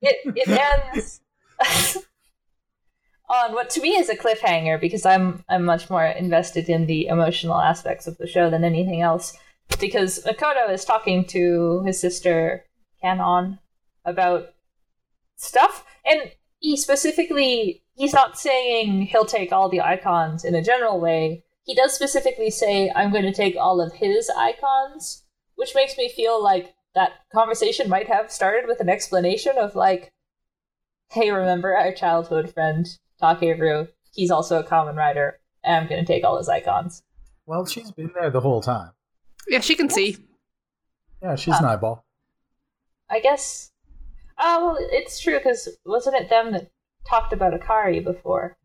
Speaker 3: It, it ends on what to me is a cliffhanger because I'm I'm much more invested in the emotional aspects of the show than anything else. Because Makoto is talking to his sister Kanon about stuff, and he specifically he's not saying he'll take all the icons in a general way. He does specifically say I'm going to take all of his icons which makes me feel like that conversation might have started with an explanation of like, "Hey, remember our childhood friend Takeru? He's also a common rider, and I'm gonna take all his icons."
Speaker 2: Well, she's been there the whole time.
Speaker 1: yeah, she can see.
Speaker 2: Yeah, she's
Speaker 1: Ah.
Speaker 2: an eyeball.
Speaker 3: I guess. Oh, well, it's true because wasn't it them that talked about Akari before?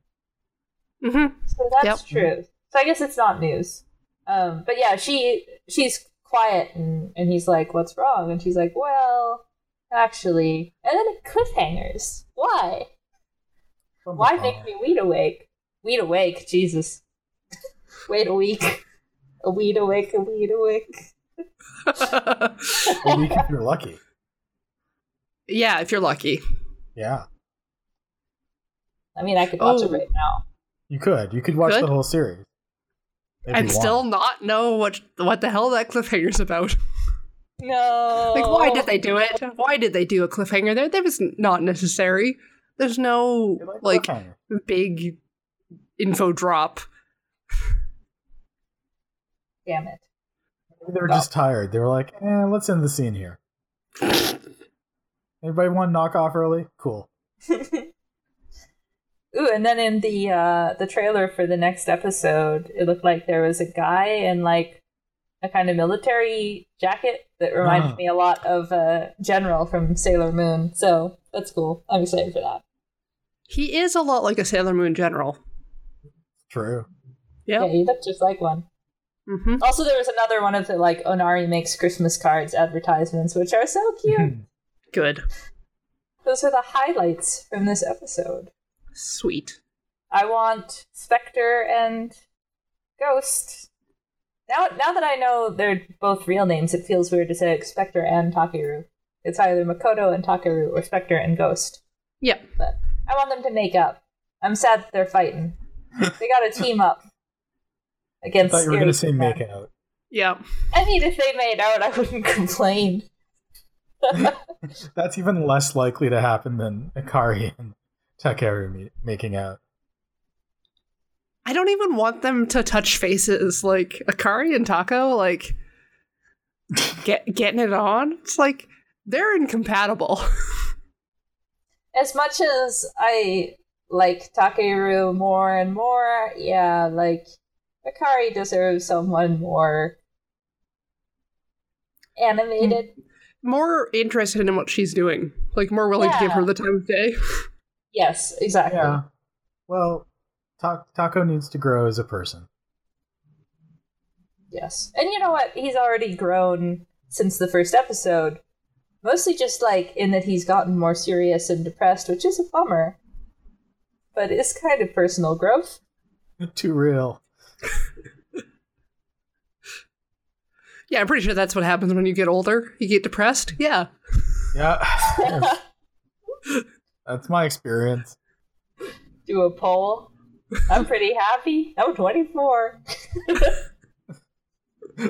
Speaker 1: Mm-hmm.
Speaker 3: So that's
Speaker 1: Yep.
Speaker 3: true. So I guess it's not news. Um, but yeah, she she's quiet, and, and he's like, "What's wrong?" And she's like, "Well, actually," and then it cliffhangers. Why? Why make me weed awake? Weed awake, Jesus. Wait a week. A weed awake, a weed awake.
Speaker 2: A week if you're lucky.
Speaker 1: yeah, if you're lucky.
Speaker 2: Yeah,
Speaker 3: I mean, I could watch it
Speaker 1: Oh.
Speaker 3: right now.
Speaker 2: you could. You could watch
Speaker 1: Could.
Speaker 2: the whole series. If
Speaker 1: I'd
Speaker 2: you
Speaker 1: still
Speaker 2: want.
Speaker 1: not know what what the hell that cliffhanger's about.
Speaker 3: No.
Speaker 1: Like, why did they do it? Why did they do a cliffhanger there? That was not necessary. There's no
Speaker 2: You
Speaker 1: like
Speaker 2: cliffhanger.
Speaker 1: big info drop.
Speaker 3: Damn it.
Speaker 2: Maybe they were just tired. They were like, eh, let's end the scene here. Everybody want to knock off early? Cool.
Speaker 3: Ooh, and then in the uh, the trailer for the next episode, it looked like there was a guy in like a kind of military jacket that reminded
Speaker 2: Ah.
Speaker 3: me a lot of uh, General from Sailor Moon. So that's cool. I'm excited for that.
Speaker 1: He is a lot like a Sailor Moon general.
Speaker 2: True.
Speaker 1: Yep.
Speaker 3: Yeah, he looked just like one.
Speaker 1: hmm
Speaker 3: Also, there was another one of the like Onari makes Christmas cards advertisements, which are so cute.
Speaker 1: Good.
Speaker 3: Those are the highlights from this episode.
Speaker 1: Sweet.
Speaker 3: I want Spectre and Ghost. Now, now that I know they're both real names, it feels weird to say like, Spectre and Takeru. It's either Makoto and Takeru or Spectre and Ghost.
Speaker 1: Yep.
Speaker 3: But I want them to make up. I'm sad that they're fighting. They got to team up
Speaker 2: I
Speaker 3: against.
Speaker 2: thought you were going to
Speaker 3: Sirius
Speaker 2: say
Speaker 3: and them.
Speaker 2: make out.
Speaker 1: Yep.
Speaker 3: I mean, if they made out, I wouldn't complain.
Speaker 2: That's even less likely to happen than Akari and Takeru me- making out.
Speaker 1: I don't even want them to touch faces like Akari and Taco, like get getting it on. It's like they're incompatible.
Speaker 3: as much as I like Takeru more and more, yeah, like Akari deserves someone more animated.
Speaker 1: more interested in what she's doing. Like more willing to give her
Speaker 3: Yeah.
Speaker 1: the time of day.
Speaker 3: Yes, exactly.
Speaker 2: Yeah. Well, Ta- Taco needs to grow as a person.
Speaker 3: Yes. And you know what? He's already grown since the first episode. Mostly just like in that he's gotten more serious and depressed, which is a bummer. But it's kind of personal growth.
Speaker 2: Too real.
Speaker 1: Yeah, I'm pretty sure that's what happens when you get older. You get depressed. Yeah.
Speaker 2: Yeah. That's my experience.
Speaker 3: Do a poll. I'm pretty happy. I'm 24.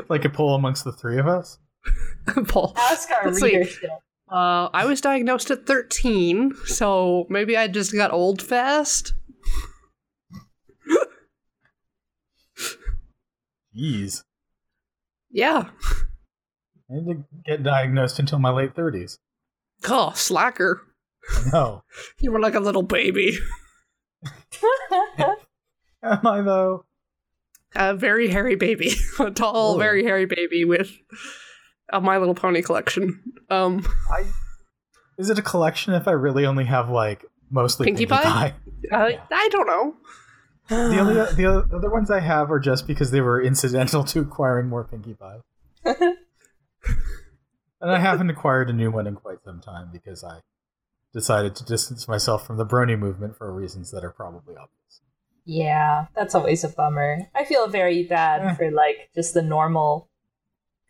Speaker 2: Like a poll amongst the three of us.
Speaker 1: Paul.
Speaker 3: Ask our
Speaker 1: Let's see.
Speaker 3: readership.
Speaker 1: Uh, I was diagnosed at 13, so maybe I just got old fast.
Speaker 2: Jeez.
Speaker 1: Yeah.
Speaker 2: I didn't get diagnosed until my late 30s.
Speaker 1: Oh, slacker.
Speaker 2: No.
Speaker 1: You were like a little baby.
Speaker 2: Am I, though?
Speaker 1: A very hairy baby. a tall,
Speaker 2: Ooh.
Speaker 1: very hairy baby with a My Little Pony collection. Um,
Speaker 2: I is it a collection if I really only have like mostly
Speaker 1: Pinkie
Speaker 2: Pinkie,
Speaker 1: Pie?
Speaker 2: Pie?
Speaker 1: I,
Speaker 2: Yeah.
Speaker 1: I don't know.
Speaker 2: The only the o- other ones I have are just because they were incidental to acquiring more Pinkie Pie. and I haven't acquired a new one in quite some time because I decided to distance myself from the Brony movement for reasons that are probably obvious.
Speaker 3: Yeah, that's always a bummer. I feel very bad
Speaker 2: Yeah.
Speaker 3: for like just the normal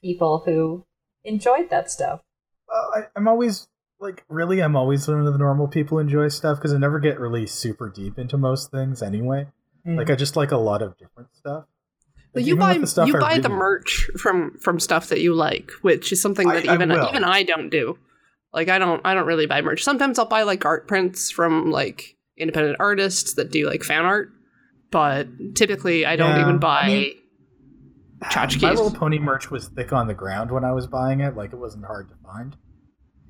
Speaker 3: people who enjoyed that stuff.
Speaker 2: Well, I, I'm always like really I'm always one of the normal people who enjoy stuff because I never get really super deep into most things anyway.
Speaker 3: Mm.
Speaker 2: Like I just like a lot of different stuff.
Speaker 1: But
Speaker 2: Like,
Speaker 1: you
Speaker 2: even
Speaker 1: buy
Speaker 2: with
Speaker 1: the
Speaker 2: stuff
Speaker 1: you
Speaker 2: I
Speaker 1: buy the
Speaker 2: really-
Speaker 1: merch from from stuff that you like, which is something
Speaker 2: I-
Speaker 1: that
Speaker 2: I
Speaker 1: even
Speaker 2: will.
Speaker 1: even I don't do. Like I don't I don't really buy merch. Sometimes I'll buy like art prints from like independent artists that do like fan art, but typically I don't
Speaker 2: Yeah.
Speaker 1: even buy.
Speaker 2: I mean- My
Speaker 1: Tchotchkes.
Speaker 2: Little Pony merch was thick on the ground when I was buying it; like it wasn't hard to find.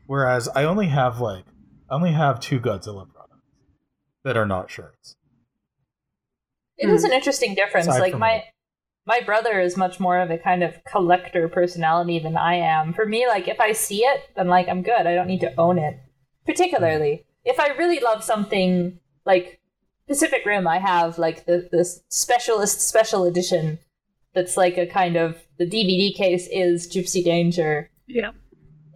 Speaker 2: Whereas I only have like I only have two Godzilla products that are not shirts.
Speaker 3: It is an interesting difference.
Speaker 2: Hmm. Aside
Speaker 3: like
Speaker 2: from
Speaker 3: my
Speaker 2: that.
Speaker 3: my brother is much more of a kind of collector personality than I am. For me, like if I see it, then like I'm good. I don't need to own it. Particularly if I really love something like Pacific Rim, I have like the this specialist special edition that's like a kind of the DVD case is Gypsy Danger.
Speaker 1: Yeah.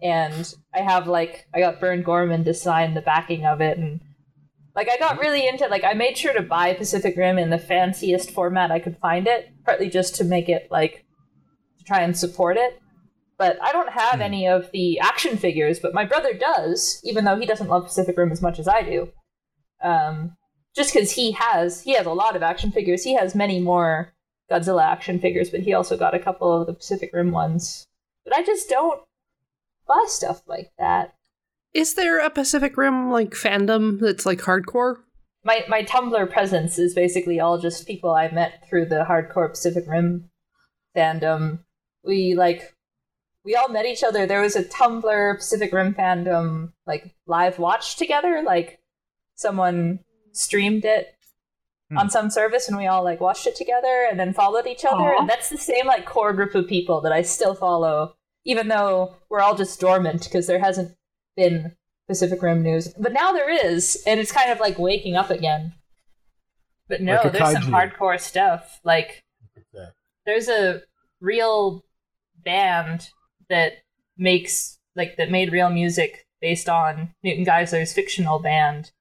Speaker 3: And I have like I got Bern Gorman to sign the backing of it and like I got really into like I made sure to buy Pacific Rim in the fanciest format I could find it, partly just to make it like to try and support it. But I don't have
Speaker 2: Hmm.
Speaker 3: any of the action figures, but my brother does, even though he doesn't love Pacific Rim as much as I do. Um, just because he has he has a lot of action figures. He has many more Godzilla action figures, but he also got a couple of the Pacific Rim ones. But I just don't buy stuff like that.
Speaker 1: Is there a Pacific Rim like fandom that's like hardcore?
Speaker 3: my my Tumblr presence is basically all just people I met through the hardcore Pacific Rim fandom. We like we all met each other. There was a Tumblr Pacific Rim fandom like live watch together. Like someone streamed it
Speaker 2: Hmm.
Speaker 3: on some service, and we all like watched it together, and then followed each other.
Speaker 5: Aw.
Speaker 3: And that's the same like core group of people that I still follow, even though we're all just dormant because there hasn't been Pacific Rim news. But now there is, and it's kind of like waking up again. But no,
Speaker 2: Like a
Speaker 3: there's some
Speaker 2: kaiju.
Speaker 3: hardcore stuff. Like there's a real band that makes like that made real music based on Newton Geisler's fictional band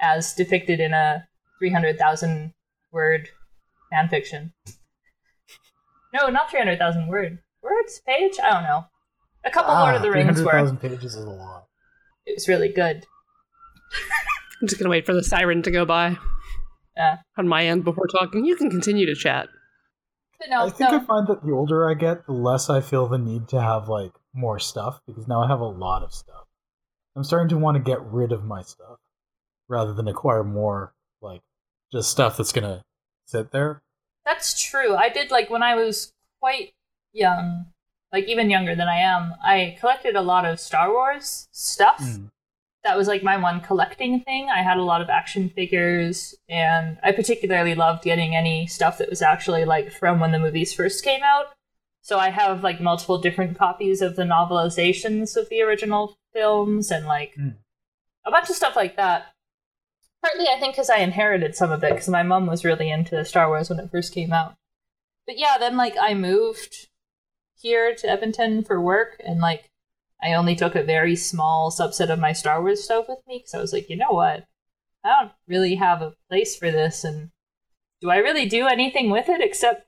Speaker 3: as depicted in a 300,000 word fan fiction. No, not 300,000 word. Words page? I don't know. A couple Lord of the Rings
Speaker 2: 300,000
Speaker 3: words.
Speaker 2: pages is a lot.
Speaker 3: It was really good.
Speaker 1: I'm just gonna wait for the siren to go by
Speaker 3: Yeah.
Speaker 1: on my end before talking. You can continue to chat.
Speaker 3: But no,
Speaker 2: I think
Speaker 3: no.
Speaker 2: I find that the older I get, the less I feel the need to have like more stuff because now I have a lot of stuff. I'm starting to want to get rid of my stuff rather than acquire more like just stuff that's gonna sit there.
Speaker 3: That's true. I did like when I was quite young, like even younger than I am, I collected a lot of Star Wars stuff.
Speaker 2: Mm.
Speaker 3: That was like my one collecting thing. I had a lot of action figures and I particularly loved getting any stuff that was actually like from when the movies first came out. So I have like multiple different copies of the novelizations of the original films and like
Speaker 2: Hmm.
Speaker 3: a bunch of stuff like that. Partly, I think, because I inherited some of it because my mom was really into Star Wars when it first came out. But yeah, then like I moved here to Edmonton for work and like I only took a very small subset of my Star Wars stuff with me because I was like, you know what? I don't really have a place for this and do I really do anything with it except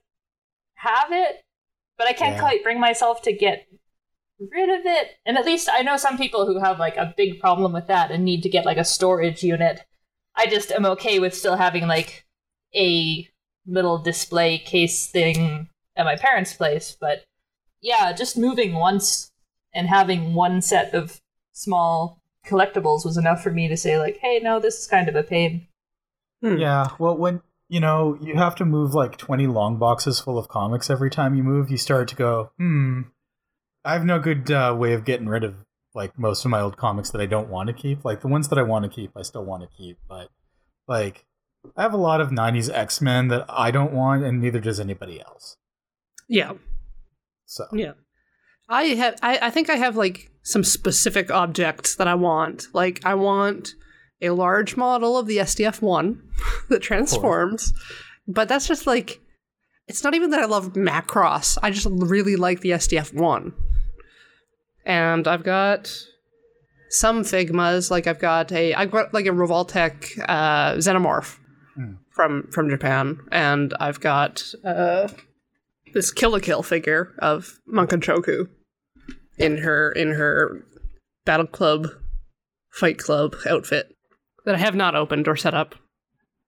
Speaker 3: have it? But I can't
Speaker 2: Yeah.
Speaker 3: quite bring myself to get rid of it. And at least I know some people who have like a big problem with that and need to get like a storage unit. I just am okay with still having like a little display case thing at my parents' place, but yeah, just moving once and having one set of small collectibles was enough for me to say like, "Hey, no, this is kind of a pain."
Speaker 1: Hmm.
Speaker 2: Yeah. Well, when you know you have to move like 20 long boxes full of comics every time you move, you start to go, hmm. I have no good uh, way of getting rid of like most of my old comics that I don't want to keep. Like the ones that I want to keep, I still want to keep, but like I have a lot of 90s X-Men that I don't want and neither does anybody else.
Speaker 1: Yeah.
Speaker 2: So,
Speaker 1: Yeah. I have I, I think I have like some specific objects that I want. Like I want a large model of the SDF one that transforms. But that's just like it's not even that I love Macross. I just really like the SDF one. And I've got some Figmas, like I've got a I've got like a Revoltech uh Xenomorph
Speaker 2: Hmm.
Speaker 1: from from Japan, and I've got uh this kill a kill figure of Mankanchoku in her in her battle club fight club outfit that I have not opened or set up.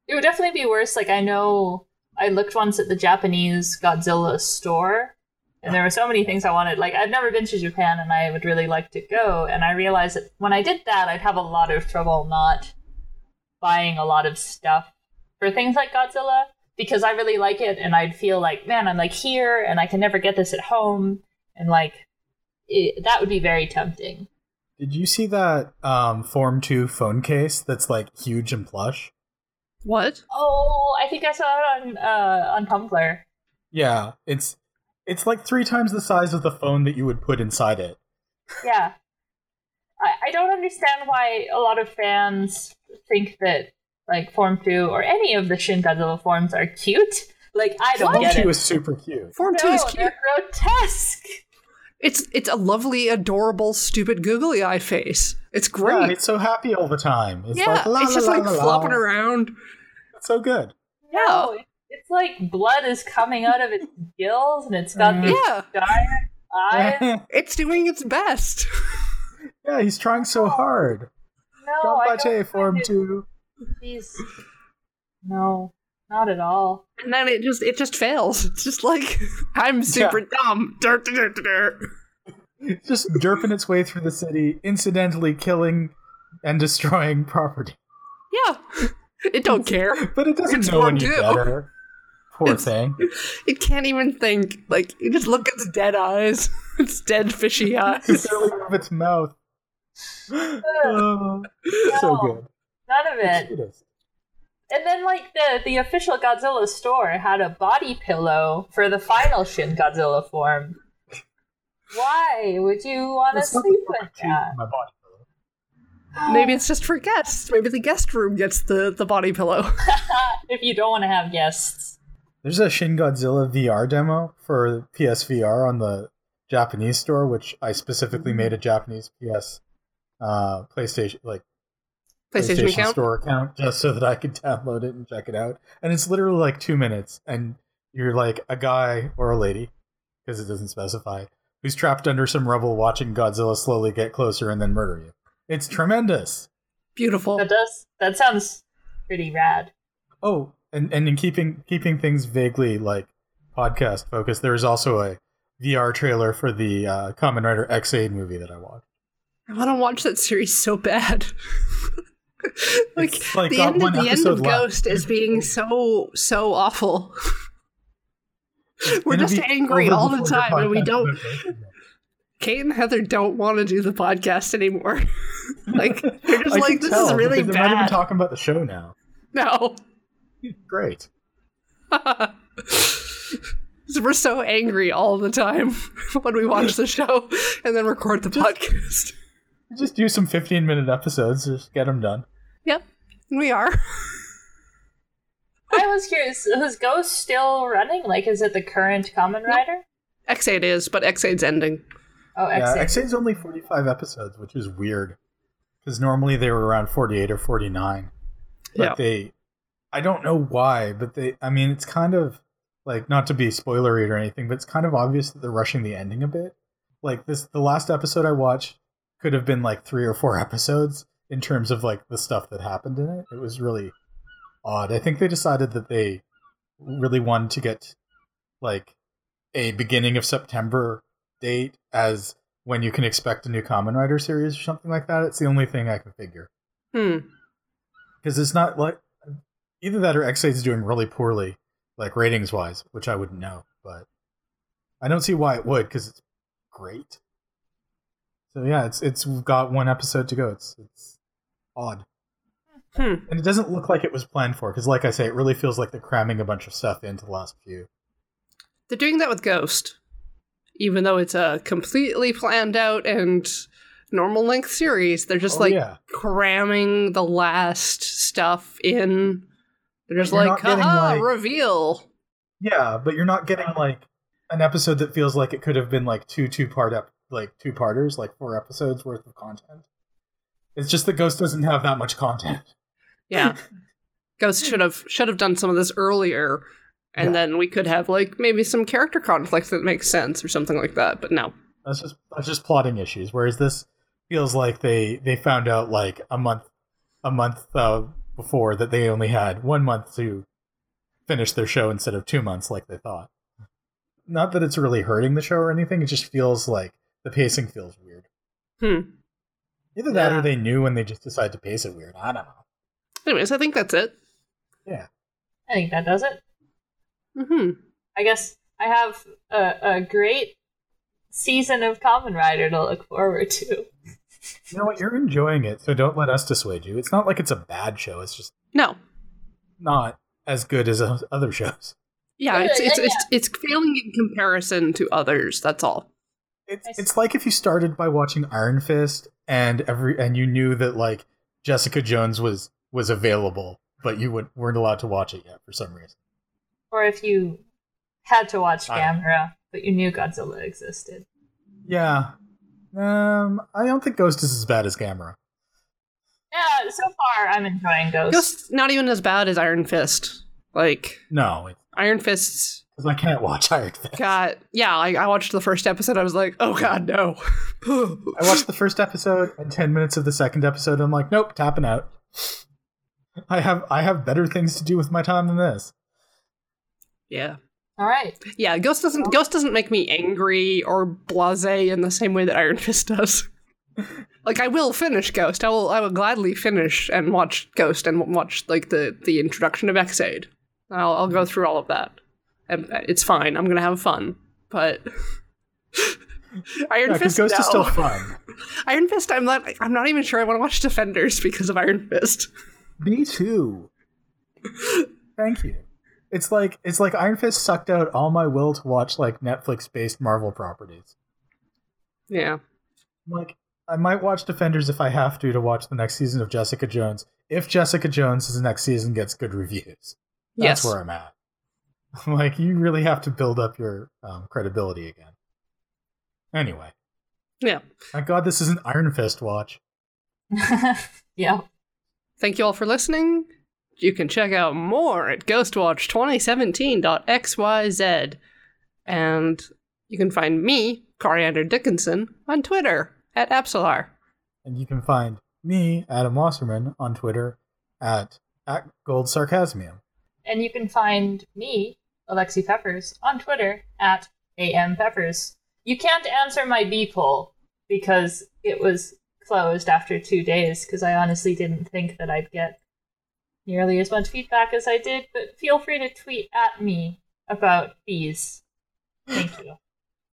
Speaker 3: It would definitely be worse. Like I know I looked once at the Japanese Godzilla store, and there were so many things I wanted. Like I've never been to Japan, and I would really like to go. And I realized that when I did that, I'd have a lot of trouble not buying a lot of stuff for things like Godzilla because I really like it, and I'd feel like, man, I'm like here, and I can never get this at home, and like it, that would be very tempting.
Speaker 2: did you see that um Form 2 phone case that's like huge and plush?
Speaker 1: What?
Speaker 3: Oh, I think I saw it on uh, on Tumblr.
Speaker 2: Yeah, it's it's like three times the size of the phone that you would put inside it.
Speaker 3: Yeah. I, I don't understand why a lot of fans think that like Form 2 or any of the Shin Godzilla forms are cute. Like I don't
Speaker 2: Form
Speaker 3: get
Speaker 2: two
Speaker 3: it.
Speaker 2: is super cute.
Speaker 1: Form two
Speaker 3: no,
Speaker 1: is cute.
Speaker 3: they're grotesque.
Speaker 1: It's it's a lovely, adorable, stupid googly eye face. It's
Speaker 2: Yeah,
Speaker 1: great.
Speaker 2: it's so happy all the time. It's
Speaker 1: Yeah,
Speaker 2: like, la,
Speaker 1: it's
Speaker 2: la,
Speaker 1: just
Speaker 2: la,
Speaker 1: like
Speaker 2: la, la.
Speaker 1: flopping around.
Speaker 2: It's so good.
Speaker 3: No, it- it's like blood is coming out of its gills, and it's got these
Speaker 1: Yeah,
Speaker 3: giant eyes.
Speaker 2: Mm-hmm. yeah,
Speaker 1: it's doing its best.
Speaker 2: he's trying so hard.
Speaker 3: No,
Speaker 1: Oh,
Speaker 3: I
Speaker 2: Gambache
Speaker 3: don't
Speaker 2: form
Speaker 3: find it-
Speaker 2: two.
Speaker 3: Jeez. No, not at all.
Speaker 1: And then it just it just fails. It's just like I'm super dumb. Dur, dur, dur, dur, dur.
Speaker 2: Just derping its way through the city, incidentally killing and destroying property.
Speaker 1: Yeah, it don't care.
Speaker 2: But it doesn't
Speaker 1: It's
Speaker 2: know
Speaker 1: Form
Speaker 2: any
Speaker 1: two.
Speaker 2: better. Poor
Speaker 1: It's-
Speaker 2: thing.
Speaker 1: It can't even think. Like you just look at its dead eyes. Its dead fishy
Speaker 2: It's
Speaker 1: eyes.
Speaker 2: barely out of its mouth. Oh, So good.
Speaker 3: None of
Speaker 2: The
Speaker 3: it.
Speaker 2: cutest.
Speaker 3: And then, like the the official Godzilla store had a body pillow for the final Shin Godzilla form. Why would you want to
Speaker 2: It's not
Speaker 3: sleep
Speaker 2: the
Speaker 3: with
Speaker 2: cheek
Speaker 3: that?
Speaker 2: of my body.
Speaker 1: Maybe it's just for guests. Maybe the guest room gets the the body pillow.
Speaker 3: if you don't want to have guests.
Speaker 2: There's a Shin Godzilla VR demo for PSVR on the Japanese store, which I specifically made a
Speaker 1: Mm-hmm.
Speaker 2: Japanese PS uh, PlayStation like
Speaker 1: PlayStation account.
Speaker 2: store account just so that I could download it and check it out. And it's literally like two minutes, and you're like a guy or a lady, because it doesn't specify, who's trapped under some rubble watching Godzilla slowly get closer and then murder you. It's tremendous.
Speaker 1: Beautiful.
Speaker 3: That does. That sounds pretty rad.
Speaker 2: Oh, and and in keeping keeping things vaguely like podcast focused, there is also a VR trailer for the uh, Common Rider X8 movie that I watched.
Speaker 1: I want to watch that series so bad. like,
Speaker 2: It's like
Speaker 1: the
Speaker 2: got
Speaker 1: end
Speaker 2: one
Speaker 1: of the end
Speaker 2: episode
Speaker 1: of
Speaker 2: left.
Speaker 1: Ghost is being so so awful. We're
Speaker 2: Gonna
Speaker 1: just
Speaker 2: be
Speaker 1: angry
Speaker 2: over
Speaker 1: all the
Speaker 2: before your
Speaker 1: time, and we
Speaker 2: podcast
Speaker 1: don't.
Speaker 2: is over.
Speaker 1: Kate and Heather don't want to do the podcast anymore. like they're just
Speaker 2: I
Speaker 1: like
Speaker 2: can
Speaker 1: this is
Speaker 2: tell,
Speaker 1: really
Speaker 2: because They're not even
Speaker 1: bad.
Speaker 2: talking about the show now.
Speaker 1: No,
Speaker 2: Great.
Speaker 1: So we're so angry all the time when we watch the show and then record the podcast.
Speaker 2: Just do some 15 minute episodes. Just get them done.
Speaker 1: Yep, we are.
Speaker 3: I was curious. Is Ghost still running? Like, is it the current Common Rider?
Speaker 1: X8 is, but X8's ending.
Speaker 3: Oh,
Speaker 2: Yeah,
Speaker 3: X8.
Speaker 2: X8's only 45 episodes, which is weird because normally they were around 48 or 49. But
Speaker 1: Yeah.
Speaker 2: they, I don't know why, but they, I mean, it's kind of like not to be spoilery or anything, but it's kind of obvious that they're rushing the ending a bit. Like this, the last episode I watched could have been like three or four episodes in terms of like the stuff that happened in it. It was really odd. I think they decided that they really wanted to get like a beginning of September date as when you can expect a new Common Rider series or something like that. It's the only thing I can figure
Speaker 1: Hmm.
Speaker 2: because it's not like either that or X8 is doing really poorly, like ratings wise, which I wouldn't know, but I don't see why it would because it's great. So yeah, it's it's got one episode to go. It's it's odd.
Speaker 1: Hmm.
Speaker 2: And it doesn't look like it was planned for because, like I say, it really feels like they're cramming a bunch of stuff into the last few.
Speaker 1: They're doing that with Ghost, even though it's a completely planned out and normal length series. They're just
Speaker 2: Oh,
Speaker 1: like
Speaker 2: yeah.
Speaker 1: cramming the last stuff in. They're just
Speaker 2: You're
Speaker 1: like,
Speaker 2: not getting,
Speaker 1: haha,
Speaker 2: like-
Speaker 1: reveal.
Speaker 2: Yeah, but you're not getting like an episode that feels like it could have been like two two part up like two parters, like four episodes worth of content. It's just that Ghost doesn't have that much content.
Speaker 1: Yeah, Ghost should have should have done some of this earlier, and
Speaker 2: Yeah.
Speaker 1: then we could have like maybe some character conflicts that make sense or something like that. But no,
Speaker 2: That's just that's just plotting issues. Whereas this feels like they they found out like a month a month uh, before that they only had one month to finish their show instead of two months like they thought. Not that it's really hurting the show or anything. It just feels like the pacing feels weird.
Speaker 1: Hmm.
Speaker 2: Either that
Speaker 1: Yeah.
Speaker 2: or they knew and they just decided to pace it weird. I don't know.
Speaker 1: anyways, I think that's it.
Speaker 3: I think that does it.
Speaker 1: hmm
Speaker 3: I guess I have a, a great season of Common Rider to look forward to.
Speaker 2: You know what? You're enjoying it, so don't let us dissuade you. It's not like it's a bad show. It's just
Speaker 1: No,
Speaker 2: not as good as o- other shows.
Speaker 1: Yeah, it's it's, it's it's failing in comparison to others. That's all.
Speaker 2: It's it's like if you started by watching Iron Fist and every and you knew that like Jessica Jones was was available, but you would, weren't allowed to watch it yet for some reason.
Speaker 3: Or if you had to watch
Speaker 2: I-
Speaker 3: Gamera, but you knew Godzilla existed.
Speaker 2: Yeah. Um, I don't think Ghost is as bad as Gamera.
Speaker 3: Yeah, so far I'm enjoying Ghost.
Speaker 1: Ghost not even as bad as Iron Fist. Like
Speaker 2: No,
Speaker 1: Iron Fist's
Speaker 2: because I can't watch Iron Fist.
Speaker 1: got yeah. I, I watched the first episode. I was like, oh god, no.
Speaker 2: I watched the first episode and ten minutes of the second episode. And I'm like, nope, tapping out. I have I have better things to do with my time than this.
Speaker 1: yeah,
Speaker 3: All right.
Speaker 1: yeah. Ghost doesn't Ghost doesn't make me angry or blasé in the same way that Iron Fist does. like I will finish Ghost. I will I will gladly finish and watch Ghost and watch like the the introduction of Xaid. I'll I'll go through all of that. And it's fine. I'm gonna have fun, but. Iron
Speaker 2: Yeah, because
Speaker 1: Fist
Speaker 2: Ghost
Speaker 1: no.
Speaker 2: is still fun.
Speaker 1: Iron Fist. I'm not. I'm not even sure I want to watch Defenders because of Iron Fist.
Speaker 2: Me too. Thank you. It's like it's like Iron Fist sucked out all my will to watch like Netflix based Marvel properties.
Speaker 1: Yeah.
Speaker 2: I'm like I might watch Defenders if I have to to watch the next season of Jessica Jones. If Jessica Jones' next season gets good reviews,
Speaker 1: yes.
Speaker 2: that's where I'm at. I'm like, you really have to build up your um, credibility again. Anyway,
Speaker 1: Yeah.
Speaker 2: thank God this is an Iron Fist watch.
Speaker 3: yeah.
Speaker 1: Thank you all for listening. You can check out more at ghostwatch2017.xyz. And you can find me, Coriander Dickinson, on Twitter at Absolar.
Speaker 2: And you can find me, Adam Wasserman, on Twitter at, at Gold Sarcasmium.
Speaker 3: And you can find me, Alexi Peppers, on Twitter at AM Peppers. You can't answer my B poll because it was closed after two days because I honestly didn't think that I'd get nearly as much feedback as I did, but feel free to tweet at me about bees. Thank you.